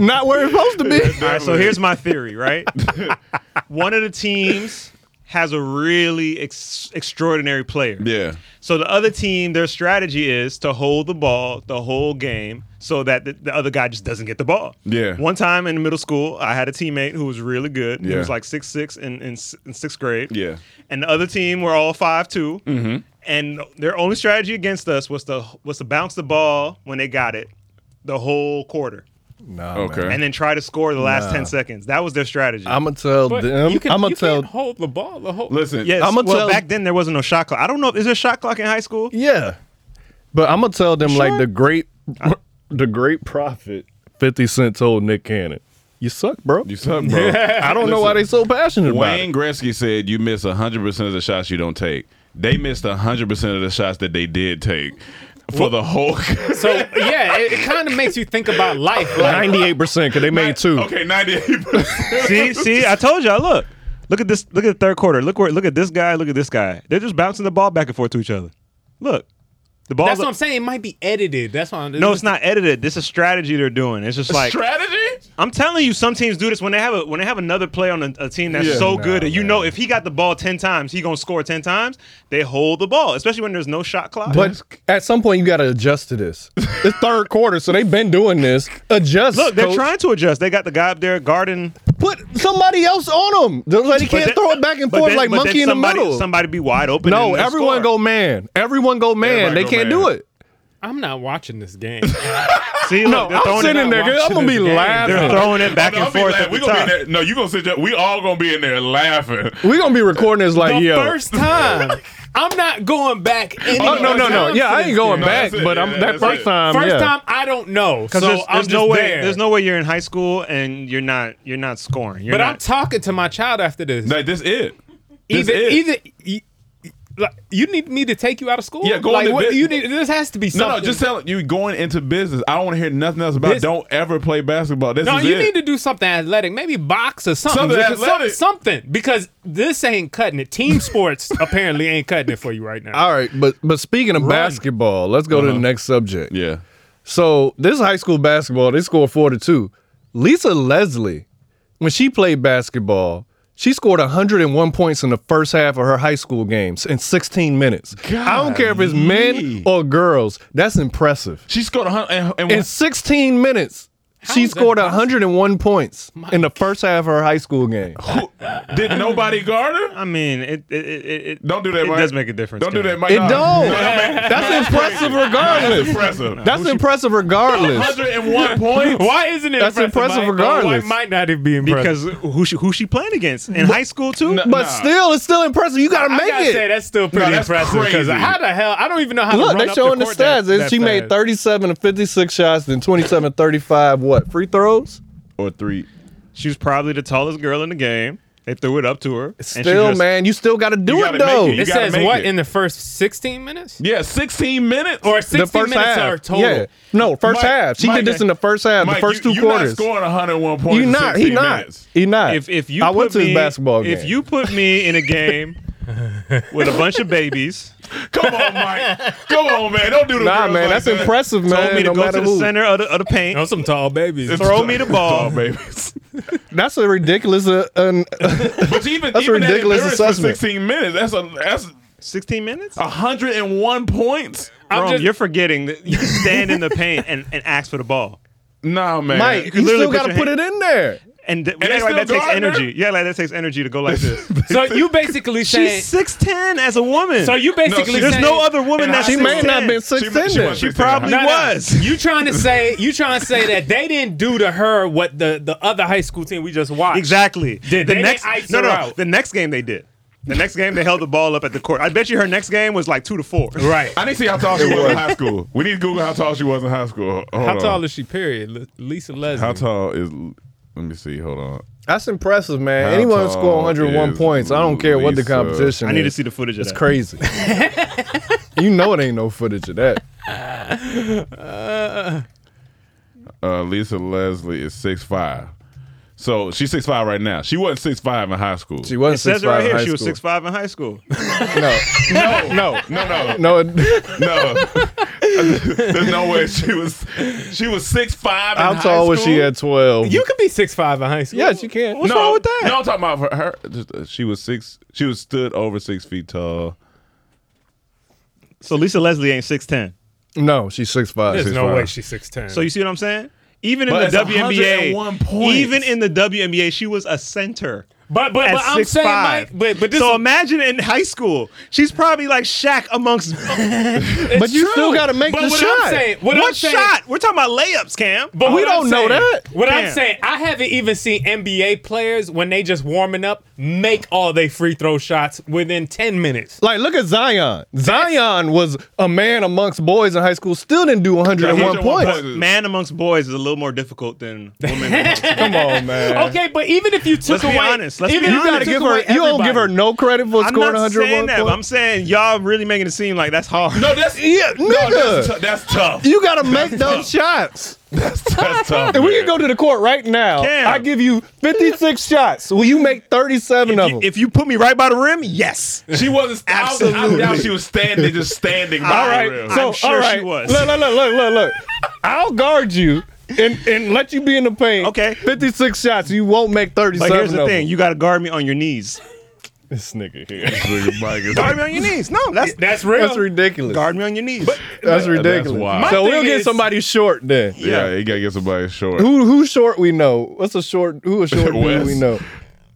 C: Not where it's supposed to be.
H: All right, so here's my theory, right? One of the teams has a really ex- extraordinary player.
E: Yeah.
H: So the other team, their strategy is to hold the ball the whole game so that the, the other guy just doesn't get the ball.
E: Yeah.
H: One time in middle school, I had a teammate who was really good. He
E: Yeah.
H: was like six six in, in s- in sixth grade.
E: Yeah.
H: And the other team were all five two.
E: Mhm.
H: And their only strategy against us was to was to bounce the ball when they got it, the whole quarter.
C: Nah,
E: Okay.
H: And then try to score the last
C: Nah.
H: ten seconds. That was their strategy.
C: I'm gonna tell
H: But
C: them.
H: you can-
C: I'm gonna
H: you
C: tell.
G: hold the ball the whole.
E: Listen,
H: Yes.
C: I'm gonna
H: well,
C: tell.
H: back then there wasn't no shot clock. I don't know. Is there a shot clock in high school?
C: yeah, but I'm gonna tell them like the great, the great prophet Fifty Cent told Nick Cannon, "You suck, bro. You
E: suck, bro."
C: I don't know why they so passionate about it.
E: Wayne Gretzky said you miss 100% of the shots you don't take. They missed 100% of the shots that they did take for the whole
G: So yeah, it, it kind of makes you think about life. Like,
C: Ninety-eight percent because they made two.
E: Okay, 98%.
H: see, see, I told y'all. Look, look at this. Look at the third quarter. Look where. Look at this guy. Look at this guy. They're just bouncing the ball back and forth to each other. Look, the ball.
G: that's what I'm saying. It might be edited. That's what I'm.
H: no, it's not edited. This is strategy they're doing. It's just like
E: strategy.
H: I'm telling you, some teams do this when they have a when they have another player on a, a team that's
G: Yeah.
H: so
G: Nah,
H: good that you know if he got the ball ten times, he gonna score ten times. They hold the ball, especially when there's no shot clock.
C: But at some point, you got to adjust to this. It's third quarter, so they've been doing this. Adjust.
H: look, they're
C: coach.
H: trying to adjust. They got the guy up there guarding.
C: Put somebody else on them. They're Like, they
H: But
C: can't
H: then-
C: throw it back and
H: but
C: forth
H: then-
C: like
H: but then
C: monkey in the
H: somebody-
C: middle.
H: Somebody be wide open.
C: no,
H: and they'll
C: everyone go
H: score.
C: man. Everyone go man.
H: Everybody
C: they
H: go
C: can't
H: man.
C: do it.
G: I'm not watching this game.
H: See,
C: No,
H: they're
C: I'm
H: throwing it
C: sitting
H: out.
C: there,
H: Watching
C: I'm gonna
H: this
C: be
H: game.
C: laughing.
H: They're throwing it back and forth at
E: we
H: the
E: gonna be in
H: top.
E: there. No, you gonna sit there. We all gonna be in there laughing.
C: We're going to be recording this like,
G: the
C: yo.
G: first time. I'm not going back. Any
C: Oh, no,
G: other
C: no, no.
G: time
C: Yeah,
G: for
C: I
G: this
C: ain't going
G: game.
C: back,
E: it.
C: but
E: Yeah,
C: I'm that
E: that's
C: first
E: it.
C: time.
G: First
C: yeah.
G: time, I don't know. So
H: Because there's,
G: I'm
H: there's
G: just
H: no way
G: there.
H: there's no way you're in high school and you're not you're not scoring. You're
G: but
H: not,
G: I'm talking to my child after this.
E: Like this it. This
G: either,
E: it.
G: either y- like, you need me to take you out of school.
E: Yeah, go
G: like,
E: into
G: what,
E: bus-
G: you need. This has to be
E: no,
G: something.
E: no, just telling you going into business. I don't want to hear nothing else about.
G: This-
E: don't ever play basketball. This
G: no,
E: is
G: you
E: it.
G: need to do something athletic, maybe box or something.
E: Something
G: Because some-
E: athletic.
G: something because this ain't cutting it. Team sports apparently ain't cutting it for you right now.
C: All right, but but speaking of basketball, let's go
H: Uh-huh.
C: to the next subject.
E: Yeah.
C: So this high school basketball, they scored four to two. Lisa Leslie, when she played basketball, she scored 101 points in the first half of her high school games in 16 minutes. I don't care if it's men or girls. That's impressive.
E: She scored a hundred and, and
C: In 16 minutes, she
G: is that
C: scored
G: possible?
C: 101 points in the first half of her high school game.
E: did nobody guard her?
H: I mean, it it, it, it
E: Don't do that.
H: It
E: Mike.
H: does make a difference.
E: Don't do that.
H: Kevin.
E: Mike.
C: It
E: No.
C: don't.
E: No,
C: That's impressive regardless.
E: That's impressive.
C: That's impressive regardless.
E: 101 points.
G: Why isn't it?
C: That's impressive
G: Mike?
C: regardless.
G: Why might not it be impressive?
H: because who she, who she playing against in high school too?
C: But still, it's still impressive. You got to
G: I
C: make
G: gotta
C: it.
G: say that's still pretty
E: No, that's
G: impressive. Because
E: crazy.
G: how the hell? I don't even know how. to
C: Look,
G: run
C: they
G: up
C: showing the,
G: court
C: stats.
G: that-
C: Is
G: that
C: she made
G: fast.
C: 37 and 56 shots, then 27 and 35, what, free throws?
E: Or three.
H: she was probably the tallest girl in the game. They threw it up to her. and she
C: Still,
H: just-
C: man, you still got to do it,
E: You gotta
C: though.
E: make You
G: It
E: gotta
G: says
E: make
G: what
E: it.
G: in the first 16 minutes
E: Yeah, 16 minutes.
G: or 16 minutes are total.
C: Yeah. No, first
E: Mike-
C: half. She
E: Mike,
C: did this in the first half,
E: Mike,
C: the first
E: you,
C: two
E: you
C: quarters.
E: You're not scoring 101 points.
C: He
E: in
C: not. He
E: 16
C: not.
E: minutes.
C: He not.
H: If if you
C: I
H: put
C: went to
H: me,
C: his basketball game.
H: If you put me in a game with a bunch of babies,
E: Come on, Mike. Come on, man. Don't do the
C: nah,
E: girls
C: man,
E: like
C: that's
E: that.
C: impressive, man.
H: told me to
C: no
H: go
C: matter
H: to the
C: who.
H: center of the, of the paint.
G: No, some tall babies.
H: Throw me the ball.
E: Oh, babies.
C: That's a ridiculous. Uh, an,
E: But even
C: That's a
E: even that
C: ridiculous
E: endurance
C: assessment.
E: For 16 minutes. That's a that's
H: 16 minutes?
E: 101 points.
H: Rome,
G: just-
H: you're forgetting that you stand in the paint and, and ask for the ball.
E: Nah, man.
C: Mike,
H: You
C: you,
H: can literally
C: still
H: put
C: got to
H: your
C: put
H: hand-
C: it in there.
H: And, th-
E: they
H: yeah, like,
E: still
H: that takes
E: guarding her?
H: energy. Yeah, like that takes energy to go like this.
G: So you basically saying.
H: She's six ten as a woman.
G: so you basically
E: she-
H: there's
G: saying-
H: no other woman
G: And
H: that
G: I-
C: She may not been
E: She-
C: six
E: she
C: in there.
E: was 16.
H: probably
E: Nah,
G: No, no.
H: was.
G: You trying to say you trying to say that they didn't do to her what the the other high school team we just watched
H: exactly.
G: Did
H: the
G: they
H: next
G: ice
H: no
G: her
H: no
G: out?
H: the next game they did. The next game they held the ball up at the court. I bet you her next game was like two to four.
G: Right.
E: I need to see how tall she was in high school. We need to Google how tall she was in high school. Hold
G: How
E: on.
G: tall is she? Period. L- Lisa Leslie.
E: How tall is? Let me see. Hold on.
C: That's impressive, man.
E: How
C: Anyone
E: tall
C: score 101
E: is
C: points. I don't care what the
E: Lisa?
C: competition.
H: I need to
C: is.
H: see the footage of
C: It's
H: that.
C: crazy. you know it ain't no footage of that.
E: Uh, Lisa Leslie is six five. So she's six five right now. She wasn't six five in high school. She
H: it says it right here. She was six five in high school.
C: no,
E: no, no, no,
C: no,
E: no. There's no way she was. She was six five.
C: How tall was she at twelve?
G: You could be six five in high school.
C: Yes, you can.
E: no, No, I'm talking about her. her just, uh, she was six. She was stood over six feet tall.
H: So Lisa Leslie ain't six ten.
C: No, she's six five.
G: There's no way she's six ten.
H: So you see what I'm saying? Even in
G: But it's
H: the WNBA,
G: 101 points.
H: even in the WNBA, she was a center.
G: But but,
H: at
G: but I'm
H: 6'5".
G: saying, Mike, but but this
H: so
G: is-
H: imagine in high school, she's probably like Shaq amongst. but
G: It's true. But what I'm saying, what, I'm saying,
H: shot? We're talking about layups, Cam.
G: But Oh, what I'm saying- What I'm
H: Cam.
G: saying, I haven't even seen NBA players when they just warming up make all they free throw shots within ten minutes.
C: Like, look at Zion. Zion was a man amongst boys in high school. Still didn't do 101 points.
H: Man amongst boys is a little more difficult than women. amongst men.
C: Come on, man.
G: Okay, but even if you took
H: Let's be
G: away,
H: honest. Let's be
G: even if
H: honest.
G: you
H: You gotta
G: took
H: give her-
G: away
H: you don't
G: everybody-
C: Give her no credit for
H: I'm
C: scoring
H: not
C: 101
H: saying that. But I'm
C: points.
H: saying y'all really making it seem like that's hard.
E: No, that's
C: yeah, nigga.
H: that's tou- that's tough.
C: You gotta make
H: That's
C: those shots.
E: That's, that's tough.
C: And we can go to the court right now.
H: Cam.
C: I give you 56 shots. Will you make 37 of them?
H: If you put me right by the rim, yes.
E: She wasn't. Absolutely. I, doubt she was standing, just standing. by
C: all
E: the
C: right.
E: rim.
C: So all right. Look, look, look, look, look, look. I'll guard you and and let you be in the paint. Okay. 56 shots. You won't make 37.
H: But here's the
C: of
H: thing:
C: them.
H: you got to guard me on your knees.
C: This nigga here.
H: Guard me on your knees. No, that's
G: that's real.
C: That's ridiculous.
H: Guard me on your knees.
C: That's
E: Yeah, that's
C: ridiculous.
E: wild. My
C: so we'll
E: thing
C: get
E: is-
C: somebody short then.
E: Yeah, you gotta get somebody short.
C: Who who short we know? What's a short who a short dude
E: Wes.
C: we know?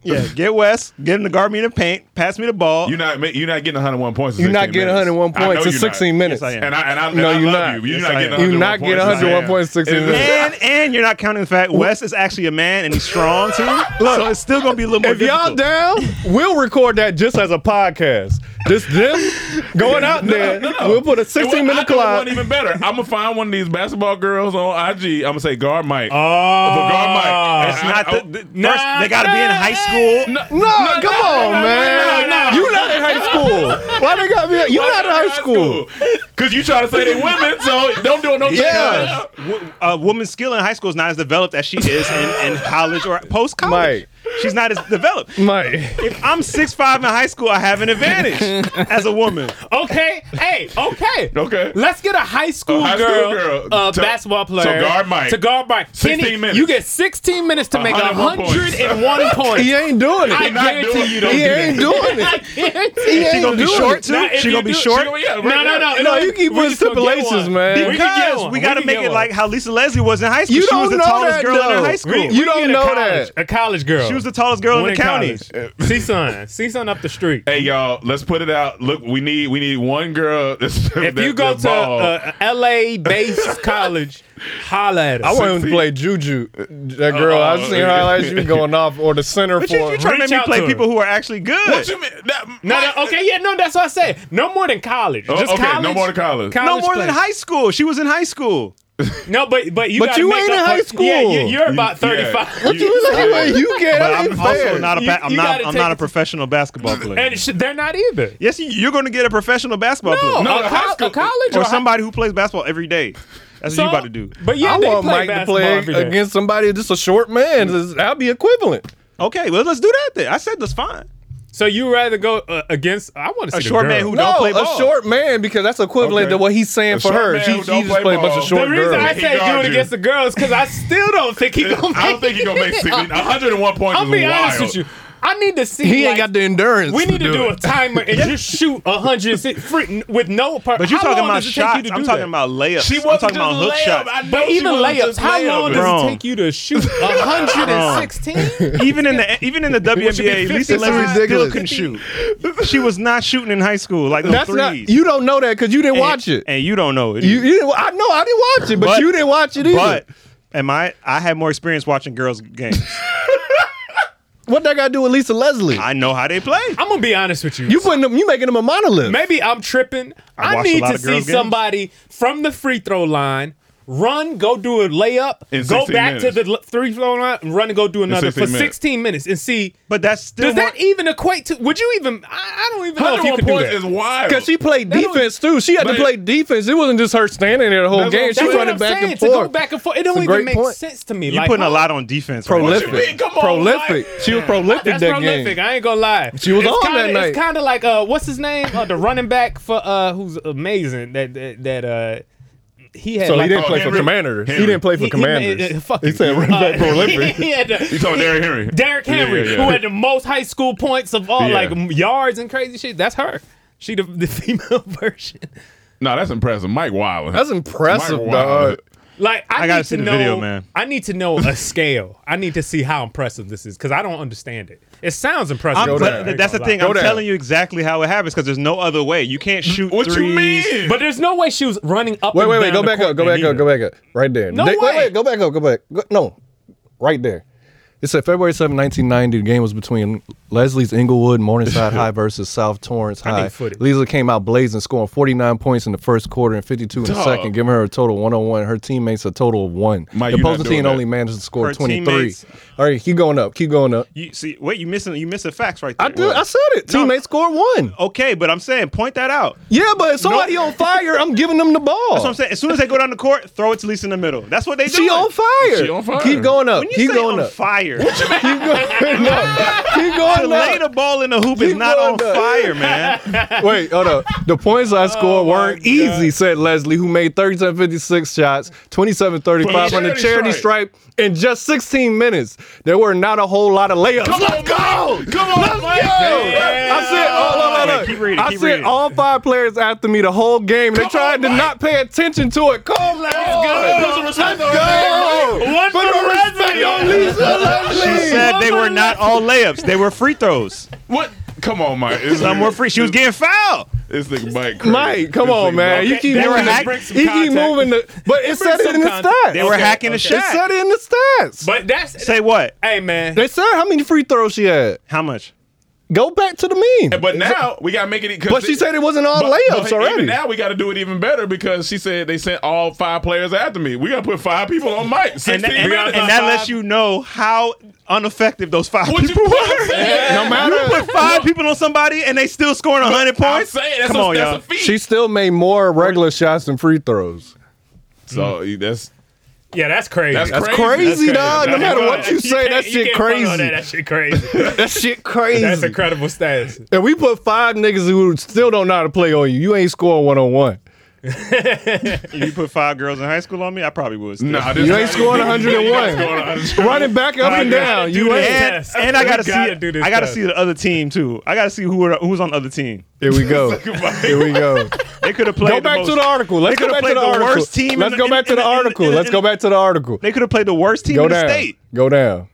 H: yeah, get West. Get him to guard me in the paint. Pass me the ball.
E: You're not ma- you're not getting 101 points. in
C: You're not
E: 16
C: getting
E: minutes.
C: 101
E: I know
C: points in
E: you're not.
C: 16 minutes.
H: Yes, I am.
E: And I and I, and
C: No,
E: I
C: you're
E: love
C: not.
E: you. You're
C: Yes,
E: not
C: I
E: getting
C: am. You're not getting 101 points in 16
E: minutes.
C: minutes.
H: And and you're not counting the fact West is actually a man and he's strong too. so it's still gonna be a little more.
C: If y'all
H: difficult.
C: down, we'll record that just as a podcast. Just them going out there. We'll put a 16 minute clock.
E: One even better. I'm gonna find one of these basketball girls on IG. I'm gonna say guard Mike. Oh,
C: Ah.
E: guard Mike.
H: It's
E: I-
H: not
E: I-
H: the, the- first. They gotta be in high school.
C: No, come on, man. You not in high school. Why they got me? You
E: Why
C: not in
E: they
C: high school.
E: Cause you trying to say they women, so don't do it. No
H: Yeah. Wo- A woman's skill in high school is not as developed as she is in, in college or post college. She's not as developed.
C: Mike.
H: If I'm six five in high school, I have an advantage as a woman.
G: Okay, hey, okay,
E: Okay.
G: Let's get a high school
E: high school
G: girl,
E: girl
G: uh,
E: to-
G: basketball
E: to
G: player
E: guard Mike.
G: To guard Mike.
E: 16
G: Kenny,
E: minutes.
G: You get 16 minutes to make
E: 101 points.
G: 101 points.
C: He ain't doing
G: I
C: it.
G: guarantee you don't.
C: He
G: do
C: ain't doing it.
G: that. I guarantee
C: He
G: you
C: ain't
H: gonna be
C: doing
H: short
C: it.
H: too?
G: Now, if
H: She
G: you
H: gonna be
G: do-
H: short?
G: she gonna- yeah, right,
C: no, no,
G: right.
C: no, you keep
G: We
C: putting
G: just gonna get
C: stipulations,
G: one.
C: man.
G: We can get
H: Because
G: one.
H: we gotta
G: can
H: make
G: get
H: it
G: one.
H: like how Lisa Leslie was in high school.
C: You
H: she was
C: don't
H: the
C: know
H: tallest
C: that,
H: girl in her
C: though.
H: high school.
C: We- you don't
G: get a
C: know
G: college-
C: that.
G: A college girl.
H: She was the tallest girl in
G: One
H: the county.
G: college. See son. See son up the street.
E: Hey y'all, let's put it out. Look, we need we need one girl.
G: If you go to uh, a LA based college, holla at us.
C: I want him to play Juju. uh, That girl,
E: Oh,
C: I've seen
E: okay.
C: highlights. You going off or the center
H: But
C: for
H: you, you trying to make
G: Reach
H: me
G: out
H: play
G: to her.
H: people who are actually good.
E: What you mean? That,
G: No, no, okay, yeah, no, that's what I said. No more than college.
E: Oh,
G: Just
E: okay,
G: college.
E: no more than college.
H: no more than
G: play.
H: high school. She was in high school.
G: No, but but you.
C: But
G: gotta
C: you
G: make
C: ain't
G: up
C: in high
G: for-
C: school.
G: Yeah, you, you're about
E: You- yeah.
G: thirty five.
C: What you looking at? You can't.
H: But
C: That
H: I'm
C: ain't
H: also
C: fair.
H: not a
G: You-
H: pa- I'm
G: you
H: not
G: gotta
H: I'm
G: take
H: not a
G: it-
H: professional basketball player.
G: And sh- they're not either.
H: yes, you- you're going to get a professional basketball
G: No,
H: player.
E: No,
G: no, a,
E: no,
G: col-
E: high school-
G: a college
H: or
G: or
H: somebody who plays basketball every day. That's what you about to do.
G: But yeah,
C: I
G: they
C: want
G: play
C: Mike to
G: basketball
C: play
G: every day.
C: against somebody just a short man. That'd be equivalent.
H: Okay, well let's do that then. I said that's fine.
G: So you rather go uh, against? I want to
H: A
G: see the
H: short
G: girl.
H: man who
C: no,
H: don't play
C: a
H: ball.
C: short man because that's equivalent
E: Okay.
C: to what he's saying
E: A
C: for
E: short
C: her.
E: man
C: She,
E: who
C: she
E: don't
C: just
E: play
C: played a bunch
E: ball.
C: of
E: The
G: The
C: short
G: reason I
C: girls.
E: He
G: say do
E: guard
G: it
E: you.
G: against the girls because I still don't think he gonna. Make
E: I don't think he gonna make 16. 101 points
G: I'll
E: is
G: be
E: wild.
G: honest with you. I need to see.
C: He ain't
G: like,
C: got the endurance.
G: We need to do, a
C: it.
G: timer and just shoot a hundred si- free- with no. Per-
H: But you're
G: How
H: talking
G: long
H: about
G: does it take you
H: shots.
G: to
H: I'm
G: do
H: talking
G: that?
H: about layups.
E: She
H: I'm
E: wasn't
H: talking about
E: just
H: hook
E: layup.
H: shots.
E: I know
G: But
E: she
G: even
E: wasn't
G: layups,
E: just
G: how long
E: layup.
G: does
H: Wrong.
G: it take you to shoot 116?
H: even in the even in the WNBA,
C: 55,
H: Lisa Leslie still
C: ridiculous.
H: can shoot. She was not shooting in high school like the
C: That's
H: threes.
C: not. You don't know that because you didn't
H: and,
C: watch it.
H: and you don't know it.
C: You, you didn't, I know I didn't watch it, but, you didn't watch it either.
H: But am I? I had more experience watching girls' games.
C: what that got to do with Lisa Leslie?
H: I know how they play.
G: I'm gonna be honest with you.
C: you putting them, you making them a monolith.
G: Maybe I'm tripping.
H: I
G: I,
H: watched a
G: need
H: lot
G: to
H: of
G: see
H: girls' games.
G: somebody from the free throw line run, go do a layup,
E: In
G: go
E: 16
G: back to the l- three throw line, and run and go do another for
E: 16 minutes.
G: 16 minutes and see.
H: But that's still
G: does that even equate to? Would you even? I, I don't even know Oh, if you
E: 101
G: could do
E: points
G: that.
E: is wild.
C: Because she played defense too. She had to
G: But-
C: play defense. It wasn't just her standing there the whole
G: That's what
C: game.
G: I'm
C: She
G: saying.
C: running
G: That's what I'm
C: back
G: saying.
C: and
G: To go
C: forth.
G: back and forth. It don't
C: It's a
G: even
C: great
G: make
C: point.
G: sense to me.
H: You
G: like,
H: putting a
G: huh?
H: lot on defense. right now.
C: Prolific. prolific. she was prolific
G: That's
C: that
G: prolific.
C: game.
G: I ain't gonna lie.
C: She was
G: it's
C: on
G: kinda,
C: that night.
G: It's kind of like uh, what's his name? Uh, the running back for uh, who's amazing. That that, that uh, he had.
C: So he
G: like,
C: didn't
G: a-
C: play for Commanders. He didn't play for
G: He- he
C: Commanders.
G: made- uh, fuck
C: He
G: you.
C: said running back
G: Uh,
C: for Olympic.
G: he had the-
E: You talking Derrick Henry?
G: Derrick
E: Yeah,
G: Henry,
E: yeah, yeah.
G: who had the most high school points of all,
E: Yeah.
G: like m- yards and crazy shit. That's her. She the, the female version.
E: No, that's impressive. Mike Wilder.
C: That's impressive,
E: Mike
C: dog.
E: Wilder.
G: Like I,
E: I gotta
G: need
E: see
G: to
E: the
G: know,
E: video, man.
G: I need to know a scale. I need to see how impressive this is because I don't understand it. It sounds impressive.
H: I'm- but th- that's the thing. I'm telling you exactly how it happens because there's no other way. You can't shoot threes.
G: But there's no way she was running up.
C: Wait,
G: and
C: wait, wait.
G: down
C: Go
G: the
C: back
G: court
C: up. Go
G: then
C: back up.
G: either.
C: Go back up. Right there.
G: No
C: They- Wait,
G: way.
C: wait. Go back up. Go back. Go, no. Right there. It said February 7, 1990. The game was between Leslie's Inglewood Morningside High versus South Torrance
G: I need
C: High.
G: footage.
C: Leslie came out blazing, scoring 49 points in the first quarter and 52 in the
E: Dog.
C: second, giving her a total of 101. Her teammates a total of one.
E: Mike,
C: the
E: you not
C: opposing
E: doing
C: team
E: that.
C: only managed to score
H: Her
C: 23.
H: teammates-
C: All right, keep going up. Keep going up.
H: You see, wait, you missing you missing facts right there.
C: I, did, I said it. Teammates scored one.
H: Okay, but I'm saying point that out.
C: Yeah, but if somebody on fire, I'm giving them the ball.
H: That's what I'm saying. As soon as they go down the court, throw it to Lisa in the middle. That's what they do.
C: Oh. She on fire.
E: She on fire.
C: Keep going up.
H: When you
C: keep
H: say
C: going
H: on
C: up.
H: fire,
C: keep going up. Keep
H: to
C: going
H: lay
C: up.
H: the ball in the hoop is
C: Keep
H: not on
C: going up.
H: fire, man.
C: Wait, hold up. The points I scored weren't easy, said Leslie, who made 3756 shots, 2735 on the
E: Charity
C: charity stripe. in just 16 minutes. There were not a whole lot of layups.
E: Come on, go! Come on,
C: Let's
E: Mike!
C: go! I said, oh, no, no, no.
H: Wait, keep reading,
C: I
H: keep
C: said
H: reading.
C: all five players after me the whole game. They
E: Come
C: tried
E: on,
C: to
E: Mike.
C: not pay attention to it. Come Let's on.
E: go. Put some respect on
C: Let's go.
G: One
C: Put
G: for
C: some
G: Leslie.
C: respect on Lisa Leslie.
H: She said they were not all layups. They were free throws.
E: What? Come on, Mike. It's
H: Some were free. She was getting fouled.
E: This nigga Mike. Crazy.
C: Mike, come
E: This
C: on,
E: nigga
C: man.
E: Mike-
C: You keep
G: They were
C: moving.
G: hack-
C: The, you keep moving the. But it said it
G: some
C: in the
G: contact.
C: stats.
H: They were
G: Okay,
H: hacking the
G: okay.
C: It
H: shot.
C: said it in the stats.
G: But that's
H: Say what?
G: Hey man,
C: they said how many free throws she had.
H: How much?
C: Go back to the mean.
E: But now we gotta make it. e- 'cause
C: But she
E: it-
C: said it wasn't all layups
E: even
C: already.
E: now we got to do it even better because she said they sent all five players after me. We got to put five people on Mike. 16
H: And, that- and-
E: minutes.
H: and that lets you know how ineffective those five
E: What you
H: people were.
E: I'm saying?
C: No matter-
H: you put five people on somebody and they still scoring hundred
E: I'm
H: points.
E: saying that's
H: Come
E: a,
H: on,
E: that's
H: y'all.
E: a feat.
C: She still made more regular shots than free throws.
E: so that's
G: yeah, that's crazy.
E: That's
C: That's
E: Crazy. That's
C: crazy,
E: crazy.
C: dog. No
E: That's
C: matter
E: right.
C: what you say, that
G: can't- you
C: shit
G: can't front on
C: crazy.
G: That, that shit crazy.
C: That shit crazy.
G: that's incredible status.
C: And we put five niggas who still don't know how to play on you. You ain't scoring one on one.
H: If you put five girls in high school on me, I probably would. still.
E: nah.
C: You ain't scoring 101. Running back up and down. You
G: this
C: ain't.
H: and,
G: test.
H: and I
G: You
H: gotta,
G: gotta
H: see.
G: do this
H: I gotta
G: test.
H: see the other team too. I gotta see who are, who's on the other team.
C: Here we go. Here we go.
H: They could have played.
C: Go back
H: most-
C: to the article. Let's
H: they
C: go
H: coulda
C: back to
H: played
C: the article.
H: worst team.
C: Let's
H: in
C: go
H: in-
C: back to
H: in-
C: the
H: in- in-
C: article.
H: in-
C: Let's go back to the article.
H: They could have played the worst team
C: Go
H: in the
C: down.
H: state.
C: Go down.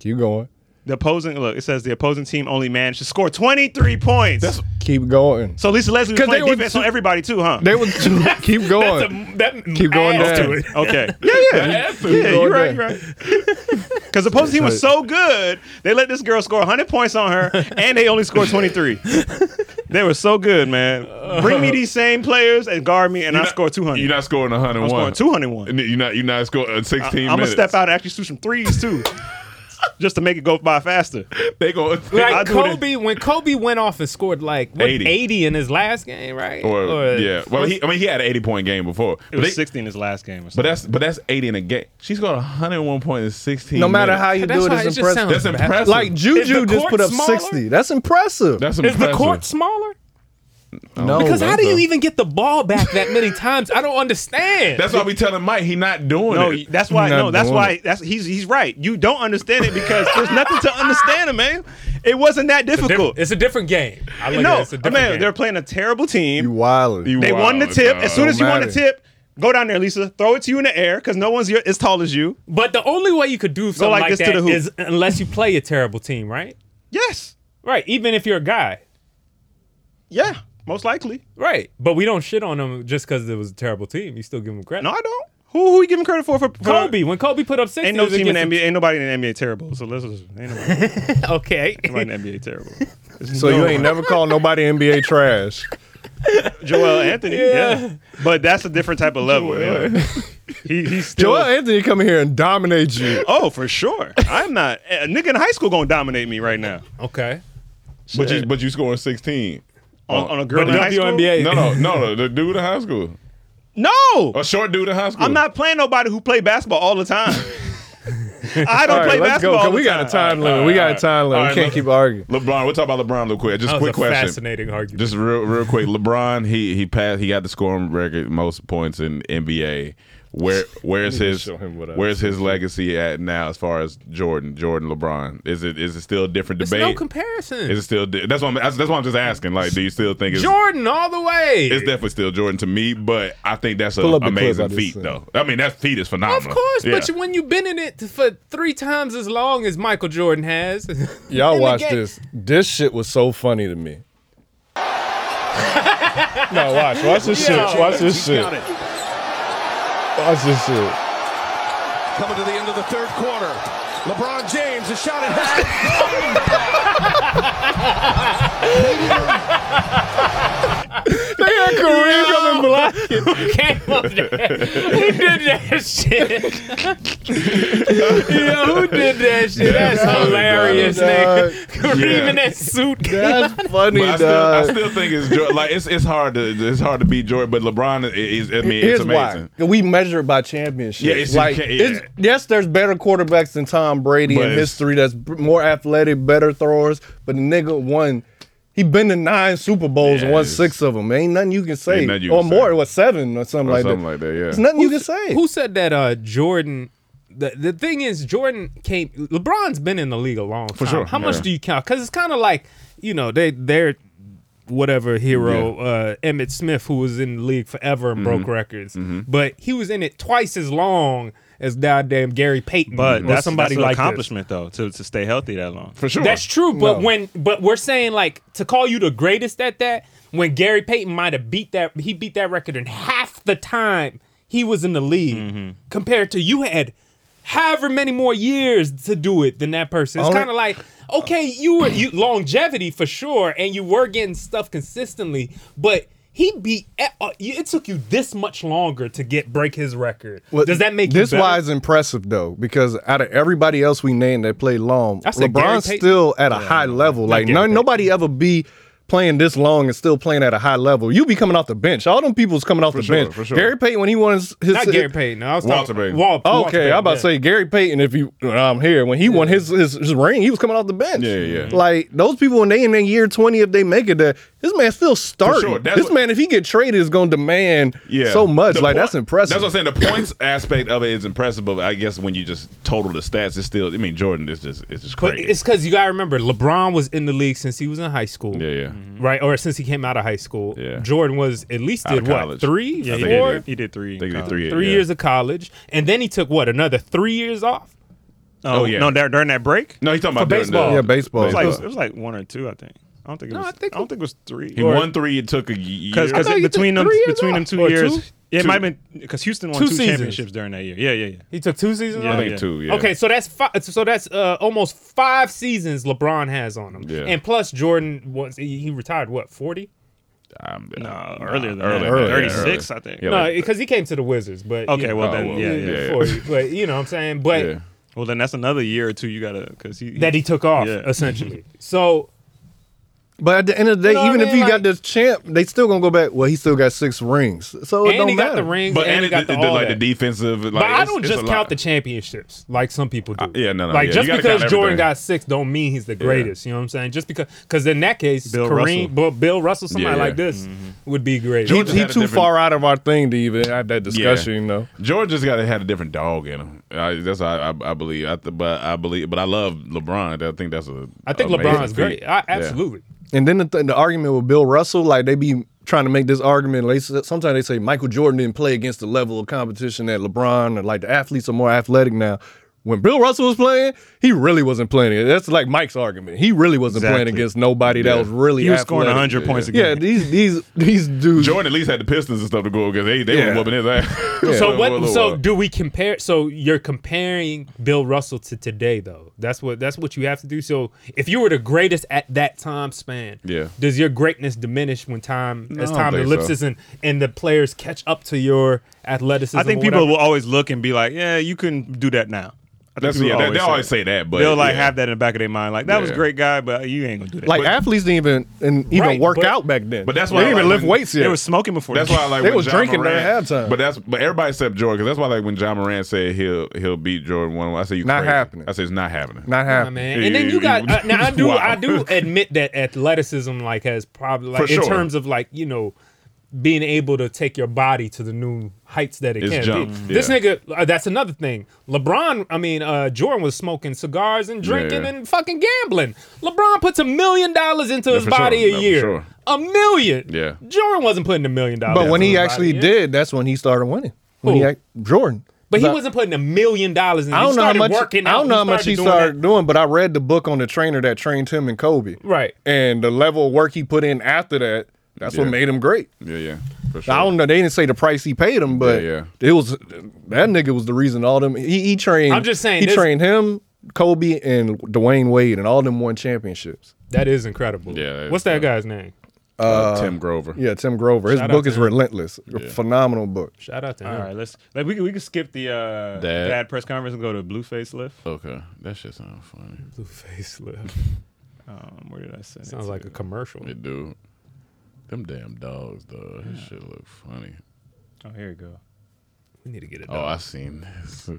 C: Keep going.
H: The opposing look. It says the opposing team only managed to score twenty three points.
C: Keep going.
H: so Lisa Leslie was
C: 'Cause they
H: playing
C: were
H: defense
C: two-
H: on everybody too, huh?
C: They was keep
G: That's
C: going.
G: a, that
C: Keep going
G: adds
C: down.
G: to it.
H: Okay. yeah, yeah.
C: Keep
H: Yeah,
C: going
H: you're
C: down.
H: right, you're right. Because the opposing team was so good, they let this girl score 100 points on her, and they only scored 23. they were so good, man. Bring me these same players and guard me, and I score 200.
E: You're not scoring
H: I'm
E: 101.
H: scoring 201.
E: You're not. You're not scoring uh, 16
H: I'm going to
E: minutes.
H: step out and actually shoot some threes, too, just to make it go by faster.
E: They go.
G: Like
H: I do that.
G: Kobe, when Kobe went off and scored like what, 80.
E: 80.
G: in his last game, right?
E: Or, yeah. Well, he, I mean, he had an 80 point game before.
H: It
E: But,
H: was
E: they-
H: 16 his last game or
E: but
H: something.
E: that's but that's 80 in a game. She's got 101 points in 16.
C: No matter
E: minutes.
C: how you
G: That's
C: do it,
G: why it
C: it's
G: just
C: impressive.
G: sounds
E: That's impressive.
C: Like
G: Is the
C: Juju just
G: court
C: put up
G: smaller?
C: 60. That's impressive.
E: That's
G: is
E: impressive.
G: the court smaller?
H: Oh,
C: no.
G: Because
E: I
G: how
E: think
G: do you
E: so.
G: even get the ball back that many times? I don't understand.
E: That's why we telling Mike he not doing
H: No,
E: it.
H: that's why.
C: Not
H: No, that's
C: doing
H: why.
C: it.
H: That's he's he's right. You don't understand it because there's nothing to understand, man. It wasn't that
G: It's a different-
H: difficult.
G: It's a different game. I like
H: no,
G: it. It's a different
H: man,
G: game.
H: they're playing a terrible team.
C: You wildin'.
E: You
H: They won the
E: wild,
H: tip.
E: dog.
H: As soon as you won the
C: matter.
H: tip, go down there, Lisa. Throw it to you in the air because no one's your, as tall as you.
G: But the only way you could do something
H: like
G: like,
H: this to
G: that
H: the hoop.
G: is unless you play a terrible team, right?
H: Yes.
G: Right. Even if you're a guy.
H: Yeah. Most likely.
G: Right. But we don't shit on them just because it was a terrible team. You still give them credit.
H: No, I don't. Who who you giving credit for for, for
G: Kobe, when Kobe put up 60,
H: Ain't no
G: it was
H: team in the
G: against
H: NBA. Ain't nobody in the NBA terrible. So let's just, ain't nobody, ain't
G: the- Okay.
H: nobody in the NBA terrible.
C: So you ain't never called nobody NBA trash.
H: Joel Anthony. Yeah. But that's a different type of level. yeah. He, he's still.
C: Joel Anthony come here and dominate you.
H: Oh, for sure. I'm not. A nigga in high school gonna dominate me right now.
G: Okay.
E: But you but you scoring sixteen
H: On- on a girl But in high school? WNBA.
E: No, no, no, no, the dude in high school.
H: No.
E: A short dude in high school.
H: I'm not playing nobody who play basketball all the time. I don't
E: All right, let's
H: play
E: go,
H: basketball.
E: cause
H: all the
E: we got a time limit. We got a time limit. We can't keep arguing. LeBron, we'll talk about LeBron real quick. Just
G: That was
E: quick
G: a
E: question.
G: fascinating argument.
E: Just real real quick. LeBron, he he passed he got the scoring record most points in NBA. Where where's
C: I need to
E: his
C: show him what I
E: where's his legacy at now as far as Jordan Jordan LeBron is it is it still a different
G: It's
E: debate
G: no comparison.
E: is it still di- that's what I'm, that's what I'm just asking like do you still think it's
G: Jordan all the way.
E: it's definitely still Jordan to me but I think that's an
C: Pull up the clip I
E: amazing
C: just
E: feat
C: sent.
E: though I mean that feat is phenomenal
G: Of course,
E: Yeah.
G: but when you've been in it for three times as long as Michael Jordan has,
C: Y'all watch this. This shit was so funny to me. no, watch, watch this shit. Watch this shit. Watch this shit.
M: Coming to the end of the third quarter. LeBron James, a shot at
C: They had Kareem come and block
G: it. Came up there. Who did that shit? yeah, who did that shit? That's
E: That's
G: hilarious,
E: funny, dog.
G: nigga. Kareem
E: Yeah.
G: in that suit.
C: funny,
E: But I still, I
C: dog.
E: still think it's Jordan. like it's it's hard to it's hard to beat Jordan, but LeBron is. I mean,
C: Here's
E: it's amazing.
C: why we measure it by championship.
E: Yeah, it's-
C: like
E: yeah.
C: it's, yes, there's better quarterbacks than Tom Brady
E: But
C: in
E: it's-
C: history. That's b- more athletic, better throwers. But the nigga won. He been to nine Super Bowls and won six of them. Ain't nothing you can say,
G: nothing you
C: or
G: can
C: more, or seven, or something like that. It's nothing you can
G: Who s-
C: say.
G: Who said that? Uh, Jordan. The, the thing is, Jordan came. LeBron's been in the league a long time. For
E: sure,
G: How much
E: yeah.
G: do you count? Because it's kind of like you know they they're whatever hero uh, Emmett Smith who was in the league forever and broke
H: Mhm.
G: records,
H: Mhm.
G: but he was in it twice as long as goddamn Gary Payton.
H: But
G: or
H: that's that's
G: somebody
H: an
G: like this.
H: accomplishment though to, to stay healthy that long.
E: For
G: That's true, but when but we're saying like to call you the greatest at that when Gary Payton might have beat that he beat that record in half the time he was in the league
C: Mm-hmm.
G: compared to you had however many more years to do it than that person. It's
C: Only-
G: kind of like okay, you were you longevity for sure and you were getting stuff consistently, but he beat uh, it took you this much longer to get break his record.
C: Well,
G: Does that make you
C: this
G: better?
C: why is impressive though? Because out of everybody else we named that played long,
G: I said Gary
C: LeBron's
G: Payton.
C: still at a high level. Like no, nobody ever be playing this long and still playing at a high level. You be coming off the bench. All them people's coming off
G: For
C: the
G: sure,
C: bench.
G: for sure.
C: Gary Payton when he won his, his
G: Not Gary Payton. I was
C: Walter
G: talking-
C: Payton.
G: Wal- Walter
C: okay,
G: Payton,
C: I'm about
G: yeah.
C: to say Gary Payton. If you, I'm here when he won his, his his ring, he was coming off the bench. Yeah,
G: Mm-hmm.
C: yeah. Like those people when they in their year 20, if they make it, there, this man still starting.
E: sure, that's
C: This
E: what-
C: man, if he get traded, is gonna demand
E: Yeah,
C: so much.
E: The
C: like
E: point-
C: that's impressive.
E: That's what I'm saying. The points aspect of it is impressive, but I guess when you just total the stats, it's still. I mean, Jordan is just it's just
G: But
E: crazy.
G: it's because you gotta remember LeBron was in the league since he was in high school. Yeah, yeah.
H: Mm-hmm.
G: Right, or since he came out of high school. Yeah. Jordan was at least
E: Out of
G: did what
E: college.
G: three,
E: Yeah, he did.
G: four.
E: He did three in I think he did college. three, yeah.
G: years of college, and then he took what another three years off.
H: Oh, yeah. No, during, during that break.
E: No, he's talking
H: For
E: about during
H: baseball.
E: the- Yeah, baseball.
H: It was, like,
E: baseball.
H: it was like one or two, I think. I don't think. It was, I, don't think it was three.
E: he
H: Or-
E: won three. It took a year.
H: Because
E: I thought he took
H: between them
E: three years
H: between them
E: off.
H: two
E: Or
H: years,
E: two?
H: it
E: Two.
H: might have been because Houston won
G: Two
H: two,
G: seasons.
H: championships during that year. Yeah, yeah, yeah.
G: He took two seasons.
H: Yeah,
G: off?
H: I think two, yeah.
G: Okay, so that's five, so that's uh, almost five seasons LeBron has on him,
E: Yeah.
G: and plus Jordan was he he retired what forty?
E: Um,
H: no, earlier than
E: earlier than
H: that.
E: that, yeah,
H: 36,
E: earlier.
H: I think.
E: Yeah,
G: no,
E: like-
G: because he came to the Wizards, but
H: Okay, well,
G: oh,
H: then, yeah, yeah, yeah.
G: 40, but you know what I'm saying, but.
H: Well, then that's another year or two you gotta because he
G: That he took off, essentially. So,
C: But at the end of the day,
G: You know what
C: even
G: I
C: if
G: mean?
C: he
G: Like-
C: got this champ, they still gonna go back. Well, he still got six rings, so it
G: And
C: don't
G: he got
C: matter.
G: the rings, But and he and got it- the- the- all
E: like
G: that.
E: the defensive. Like,
G: but I
E: it's-
G: don't
E: it's
G: just
E: a
G: count
E: lot. Uh,
G: the championships like some people do.
E: yeah, no, no,
G: Like
E: yeah,
G: just
E: you gotta
G: because
E: count
G: Jordan
E: everything.
G: got six don't mean he's the
E: Yeah.
G: greatest. You know what I'm saying? Just because, because in that case,
C: Bill
G: Kareem,
C: Russell.
G: Bill, Bill Russell, somebody
C: Yeah.
G: like this
E: Mm-hmm.
G: would be great.
C: He, he too far out of our thing to even have that discussion. You know,
E: George just got to had a different dog in him. I, that's how I, I, I believe. I, th- but I believe, but I love LeBron. I think that's a.
G: I think
E: amazing
G: LeBron's
E: feat.
G: great. I,
E: Yeah.
G: absolutely.
C: And then the, th- the argument with Bill Russell, like they be trying to make this argument. They, s- sometimes they say Michael Jordan didn't play against the level of competition that LeBron, or like the athletes are more athletic now. When Bill Russell was playing, he really wasn't playing. That's like Mike's argument. He really wasn't playing
E: Exactly.
C: against nobody that
E: Yeah.
C: was really.
E: He was scoring
C: athletic.
E: 100 points a
C: Yeah,
E: game.
C: these these these dudes.
E: Jordan at least had the Pistons and stuff to go against. They they
C: Yeah.
E: were whooping his ass. Well,
G: So what?
E: well,
G: So
E: well.
G: do we compare? So you're comparing Bill Russell to today, though. That's what that's what you have to do. So if you were the greatest at that time span,
E: Yeah.
G: does your greatness diminish when time
E: No,
G: as
E: I don't
G: time
E: think
G: ellipses
E: so.
G: and and the players catch up to your athleticism?
H: I think
G: or
H: people
G: whatever?
H: will always look and be like, "Yeah, you couldn't do that now." I think
E: That's-
H: people
E: yeah, they- they always say that, but,
H: they'll like
E: yeah.
H: have that in the back of their mind, like that was a
E: Yeah.
H: great guy, but you ain't gonna do that.
C: Like
H: But-
C: athletes didn't even and even
H: Right,
C: work
H: but-
C: out back then.
H: but that's
C: they
H: why I
C: didn't even
H: like
C: lift
H: when-
C: weights yet.
H: they were smoking before
E: That's why I like
C: they
E: when
C: was
E: Ja
C: drinking during
E: Morant-
C: halftime.
E: But that's but everybody except Jordan because that's why like when John Moran said he'll he'll beat Jordan one. I say you
C: Not
E: crazy.
C: happening.
E: I say it's not happening.
C: Not happening.
G: Nah, man. And then you got uh, now. I do
E: Wow.
G: I do admit that athleticism like has probably like
E: For
G: in
E: sure.
G: terms of like you know being able to take your body to the new heights that it
E: It's
G: can
E: jump,
G: be. This
E: yeah.
G: nigga, uh, that's another thing. LeBron, I mean, uh, Jordan was smoking cigars and drinking
E: Yeah.
G: and fucking gambling. LeBron puts a million dollars into
E: Yeah,
G: his
E: for sure.
G: body
E: No,
G: a
E: for
G: year.
E: sure.
G: A million.
E: Yeah.
G: Jordan wasn't putting a million dollars.
C: But when
G: into
C: he
G: his
C: actually
G: body, yeah.
C: did, that's when he started winning. When he
G: Who?
C: act, Jordan.
G: But he
C: Like,
G: wasn't putting a million dollars in.
C: I don't
G: he
C: know how
G: started
C: much. I
G: Working out.
C: don't know how much he
G: doing
C: started doing, but I read the book on the trainer that trained him and Kobe.
G: Right.
C: And the level of work he put in after that, that's what
E: Yeah.
C: made him great.
E: Yeah, yeah. For
C: I don't know. They didn't say the price he paid him, but
E: Yeah,
C: it was that nigga was the reason all them. He, he trained.
G: I'm just saying
C: He
G: this-
C: trained him, Kobe, and Dwayne Wade, and all them won championships.
G: that. That is incredible.
E: Yeah.
G: What's that guy's name?
C: Uh,
E: Tim Grover.
C: Yeah, Tim Grover. His
G: Shout out
C: book
G: to
C: is
G: him.
C: relentless. Phenomenal book.
G: Shout out to
H: All
G: him.
H: right, let's like we can, we can skip the uh,
E: Dad.
H: dad. press conference and go to Blueface Lift.
E: Okay, that shit sounds funny.
G: Blueface lift.
H: Um, where did I send
G: Sounds
H: it?
G: like a commercial.
E: It do. Them damn dogs, dog. This shit look funny.
H: oh, here we go.
G: We need to get it.
E: Oh, I seen this.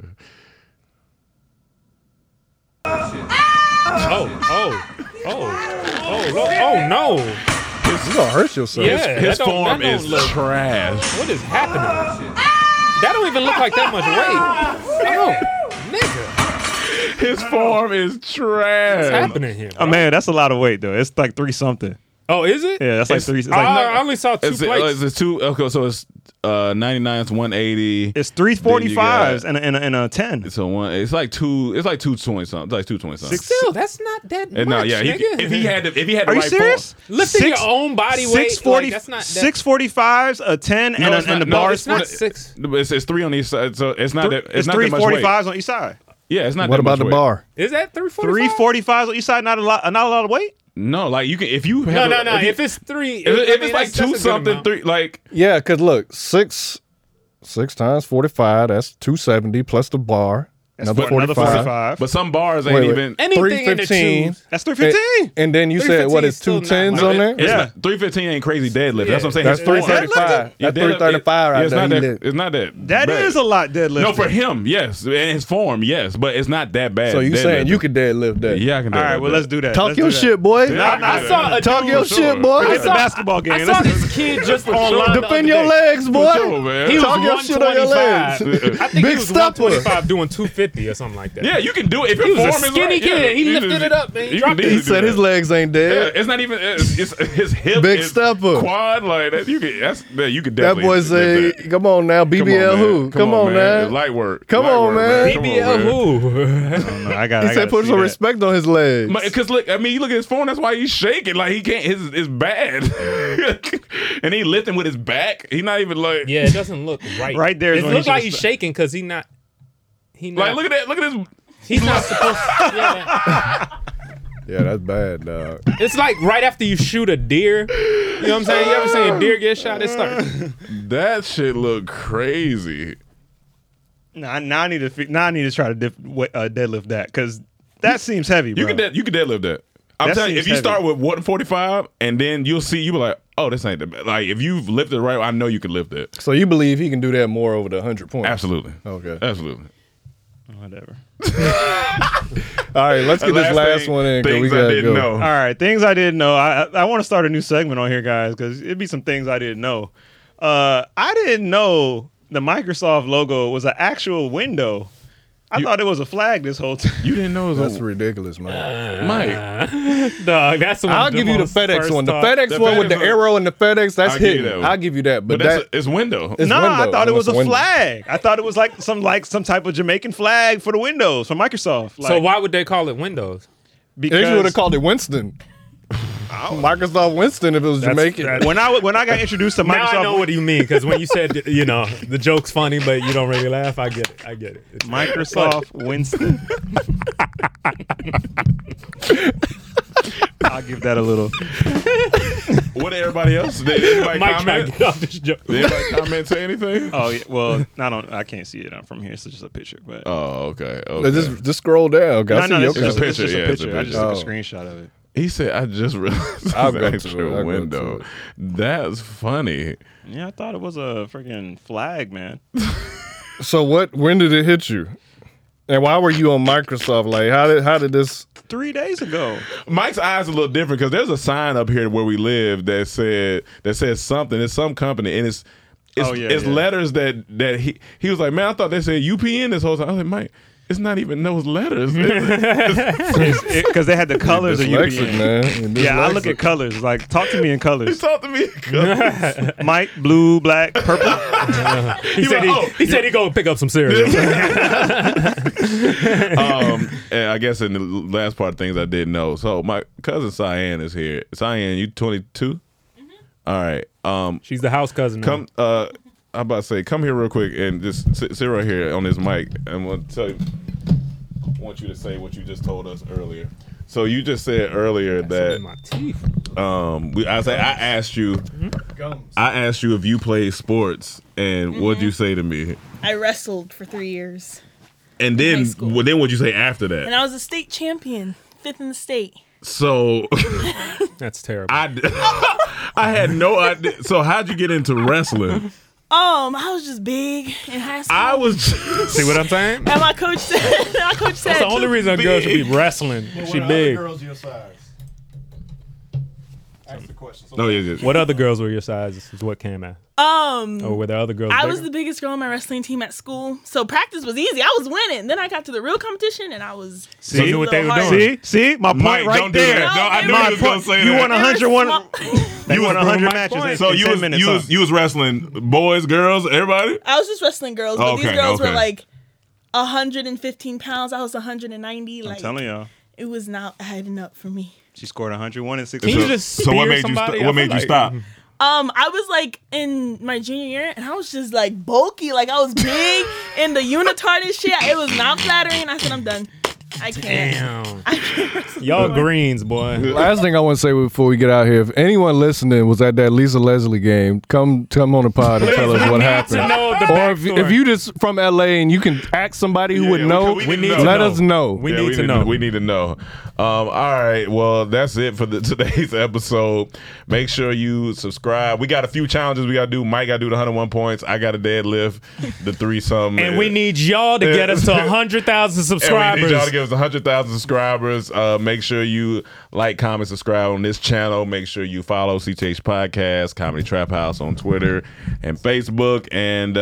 G: Oh, oh, oh, oh, lo- oh no!
C: You gonna hurt yourself.
G: Yeah, that
E: his
G: don't-
E: form
G: that don't
E: is
G: look-
E: trash.
G: What is happening? That don't even look like that much weight. Oh, nigga,
E: His form is trash.
G: what's happening here?
H: Oh man, that's a lot of weight though. It's like three something.
G: Oh, is it?
H: Yeah, that's like three. It's like
G: I, I only saw two
E: Is it, oh,
G: plates.
E: is it two? Okay, so it's uh, 99s, 180.
H: it's three forty fives and a, and a, and a ten.
E: So one, it's like two. It's like two twenty something. It's like two twenty something.
G: Still, that's not that much.
E: And Eh, no, yeah. He,
G: nigga.
E: if he had, the, if he had, the
H: Are you
E: right
H: serious?
E: Form,
G: Lifting your own body weight, like, that's not that-
H: six forty fives, a ten, and,
E: No,
H: a,
E: it's
H: and the
E: not- no,
H: bar
E: it's not
G: six.
E: No, but It's, it's three on each side, so it's not. that, it's,
H: It's
E: not
H: three
E: that much
H: forty
E: weight.
H: fives on each side.
E: Yeah, it's not.
C: What
E: that
C: about
E: much
C: the
E: weight.
C: bar?
G: Is that three forty?
H: Three forty fives on each side. Not a lot. Not a lot of weight.
E: No, like you can if you have
G: No,
E: a-
G: no, no.
E: you-
G: If it's three,
E: if, if
G: I mean,
E: it's
G: that's-
E: like
G: that's a
E: two
G: good
E: something
G: amount.
E: three like
C: Yeah, because look, six six times forty five, that's two seventy plus the bar. Another
H: for another
C: forty five.
H: 45.
E: but some bars ain't even
G: Anything in the twos.
H: That's three fifteen.
C: And then you said
G: 315
C: what
G: is
C: is two
G: still not
C: tens
G: much.
C: on there?
H: Yeah.
E: three fifteen ain't crazy deadlift that's what I'm saying
C: That's
E: His form.
C: 335.
E: Yeah,
C: That's
E: deadlift-
C: 335
E: yeah,
C: right
E: it's
C: there.
E: not
C: He
E: that
C: lit.
E: it's not that
H: That is
E: bad.
H: a lot deadlift.
E: no for him yes and his form yes but it's not that bad
C: So you saying
E: deadlifting.
C: you could deadlift that.
E: yeah I can do
H: All right, well let's do that.
C: Talk
H: Let's
C: your
H: do that.
C: shit, boy.
E: Yeah.
G: I saw a
C: Talk
G: dude-
C: your
E: sure.
C: shit, boy.
G: I
H: Forget the
G: saw-
H: basketball game.
G: I saw
H: Let's-
G: this kid just online. the other
C: Defend your
G: day.
C: legs, boy.
E: sure, man.
G: He was
C: Talk your shit on your
G: 125.
C: legs.
G: I think
C: Big
G: he was
C: stepper.
G: 125 doing 250 or something like that.
E: yeah you can do it if your
G: He was a
E: form is
G: skinny
E: right, yeah,
G: kid. He
E: you
G: lifted
E: just-
G: it up, man. He
E: you
G: dropped
E: can
G: it.
C: He
E: easily do
C: said his
E: that.
C: legs ain't
E: yeah,
C: dead.
E: it's not even it's, it's his hip
C: Big
E: his
C: stepper.
E: quad like that you could that's yeah, you could
C: that
E: definitely
C: boy say,
E: that.
C: come on now, BBL
E: Come on,
C: who?
E: man.
C: Come, on, now.
E: It's light work.
C: Come
E: Light
C: on,
E: work,
C: man.
E: Come on,
G: BBL
E: man.
G: who?
H: No, I got.
C: He said put some respect on his legs.
E: Because look, I mean, you look at his phone. That's why he's shaking. Like he can't. His is bad, and he lifting with his back. He not even like.
G: Yeah, it doesn't look right.
H: Right there is
G: it
H: when he
G: looks like
H: should've
G: he's shaking because he's not. He not.
E: Like look at that. Look at this.
G: He's not supposed. To, yeah.
C: yeah, that's bad, dog.
G: It's like right after you shoot a deer. You know what I'm saying? You ever seen a deer get shot? It starts.
E: That shit look crazy.
H: Nah, now I need to. fi- Now I need to try to diff, wa- uh, deadlift that because that seems heavy.
E: You
H: bro.
E: can dead, you can deadlift that. I'm
H: That
E: telling you, if
H: seems
E: you
H: heavy.
E: start with 145 and then you'll see, you be like, oh, this ain't the best. Like if you've lifted right, I know you can lift it.
C: So you believe he can do that more over the hundred points?
E: Absolutely.
C: Okay.
E: Absolutely.
H: Whatever.
C: All right, let's get this last
E: thing-
C: one in. 'cause we
E: Things
C: gotta
E: I didn't
C: go.
E: know.
H: All right, things I didn't know. I I, I want to start a new segment on here, guys, because it'd be some things I didn't know. Uh, I didn't know the Microsoft logo was an actual window I thought it was a flag this whole time.
E: You didn't know it was
C: That's ridiculous, man.
G: Mike. Dog, Uh, that's one
C: I'll
G: of
C: give you the
G: most
C: FedEx
G: first
C: one. The
G: thought-
C: FedEx one with the arrow and the FedEx. That's
E: I'll give you
C: hidden.
E: that one.
C: I'll give you that. But,
E: But that's
C: that
E: a- it's window.
C: It's
H: nah, I
C: window,
H: thought it
C: and
H: was
C: it's
H: a
C: window.
H: flag. I thought it was like some like some type of Jamaican flag for the windows from Microsoft. Like,
G: so why would they call it Windows?
C: They would have called it Winston. Microsoft Winston if it was Jamaican.
H: when I when I got introduced to Microsoft,
G: Now I know what you mean because when you said you know the joke's funny but you don't really laugh, I get it. I get it. It's
H: Microsoft Winston. I'll give that a little.
E: What did everybody else? Did anybody
G: Mike tried
E: comment?
G: to get off this joke.
E: Did anybody comment say anything?
H: Oh yeah, well, I don't. I can't see it. I'm from here. It's just a picture. But
E: Oh, okay. okay.
C: But Just, just scroll down.
H: No,
C: guys.
H: no,
C: your
H: it's just
C: color.
H: a- it's just a
E: yeah, it's a
H: picture. I just took a
C: picture.
E: Oh.
H: screenshot of it.
E: He said, "I just realized it's
C: I'll go to
E: an
C: it.
E: actual
C: I'll go to
E: window.
C: it.
E: That's funny.
H: Yeah, I thought it was a freaking flag, man.
C: So what? When did it hit you? And why were you on Microsoft? Like how did how did this?
H: Three days ago.
E: Mike's eyes are a little different because there's a sign up here where we live that said that says something. It's some company, and it's it's,
H: Oh, yeah,
E: it's
H: yeah.
E: letters that that he he was like, man, I thought they said UPN this whole time. I was like, Mike, it's not even those letters.
H: Because they had the colors of
C: Dyslexic,
H: UPN.
C: man. You're
H: Yeah, I look
C: dyslexic.
H: at colors. Like, talk to me in colors.
E: talk to me.
H: Mike, blue, black, purple.
G: He, said he, he said he go pick up some cereal.
E: um, and I guess in the last part of things I didn't know. So my cousin Cyan is here. Cyan, you 22? All right. Um,
G: She's the house cousin. now.
E: come. Uh, I'm about to say, come here real quick and just sit, sit right here on this mic. I'm gonna tell you. I want you to say what you just told us earlier. So you just said earlier
G: in my
E: that
G: teeth.
E: um, we, I say I asked you, I asked you if you played sports, and
N: Mm-hmm.
E: what'd you say to me?
N: I wrestled for three years,
E: And then, well, then what'd you say after that?
N: and I was a state champion, fifth in the state.
E: So
G: that's terrible.
E: I, d- I had no idea. So how'd you get into wrestling?
N: Um, I was just big in high school.
E: I was
G: See what I'm saying?
N: and my coach said, my coach said,
G: That's the only
N: "Just
G: reason a girl should be wrestling. She big.
M: girls your size? Ask the question.
E: No, yeah, yeah.
G: What other girls were your size? Is what came at?
N: Um,
G: Or were there other girls?
N: I
G: bigger?
N: was the biggest girl on my wrestling team at school, so practice was easy. I was winning. Then I got to the real competition, and I was
G: So knew what they were doing.
H: See, see, my point
E: Mike,
H: right
E: don't do
H: there.
E: that. No, I knew
H: My
E: you was gonna
H: point-
E: say
H: You
E: that.
H: won
E: They were
H: 101. You won 100
E: my
H: matches.
E: point.
H: in-
E: So
H: in
E: you
H: 10
E: was
H: minutes,
E: you
H: huh?
E: was you was wrestling boys, girls, everybody.
N: I was just wrestling girls, but these
E: Okay,
N: girls
E: okay.
N: were like 115 pounds. I was 190. Like
H: I'm telling y'all,
N: it was not adding up for me.
H: she scored 101 in six.
E: Can you
H: minutes.
E: just So what spear made you st- somebody? what I made feel you like- stop?
N: Um, I was like in my junior year, and I was just like bulky, like I was big in the unitard and shit. It was not flattering. I said, I'm done. I can't.
G: Damn. Y'all greens, boy.
C: Last thing I want to say before we get out here, if anyone listening was at that Lisa Leslie game, come come on the pod and tell us what happened.
G: know the
C: Or if, if you just from LA and you can ask somebody who would
E: yeah, we
C: know,
E: could- we need to
C: let
E: know.
C: us know.
G: We
E: Yeah,
G: need to know.
E: We need to know. Um, all right. Well, that's it for the, today's episode. Make sure you subscribe. We got a few challenges we got to do. Mike got to do the 101 points. I got to deadlift the three some.
G: and we need y'all to get us to
E: And we need
G: 100,000
E: y'all to
G: subscribers.
E: give us 100,000 subscribers. Uh, make sure you like, comment, subscribe on this channel. Make sure you follow CTH Podcast, Comedy Trap House on Twitter and Facebook. And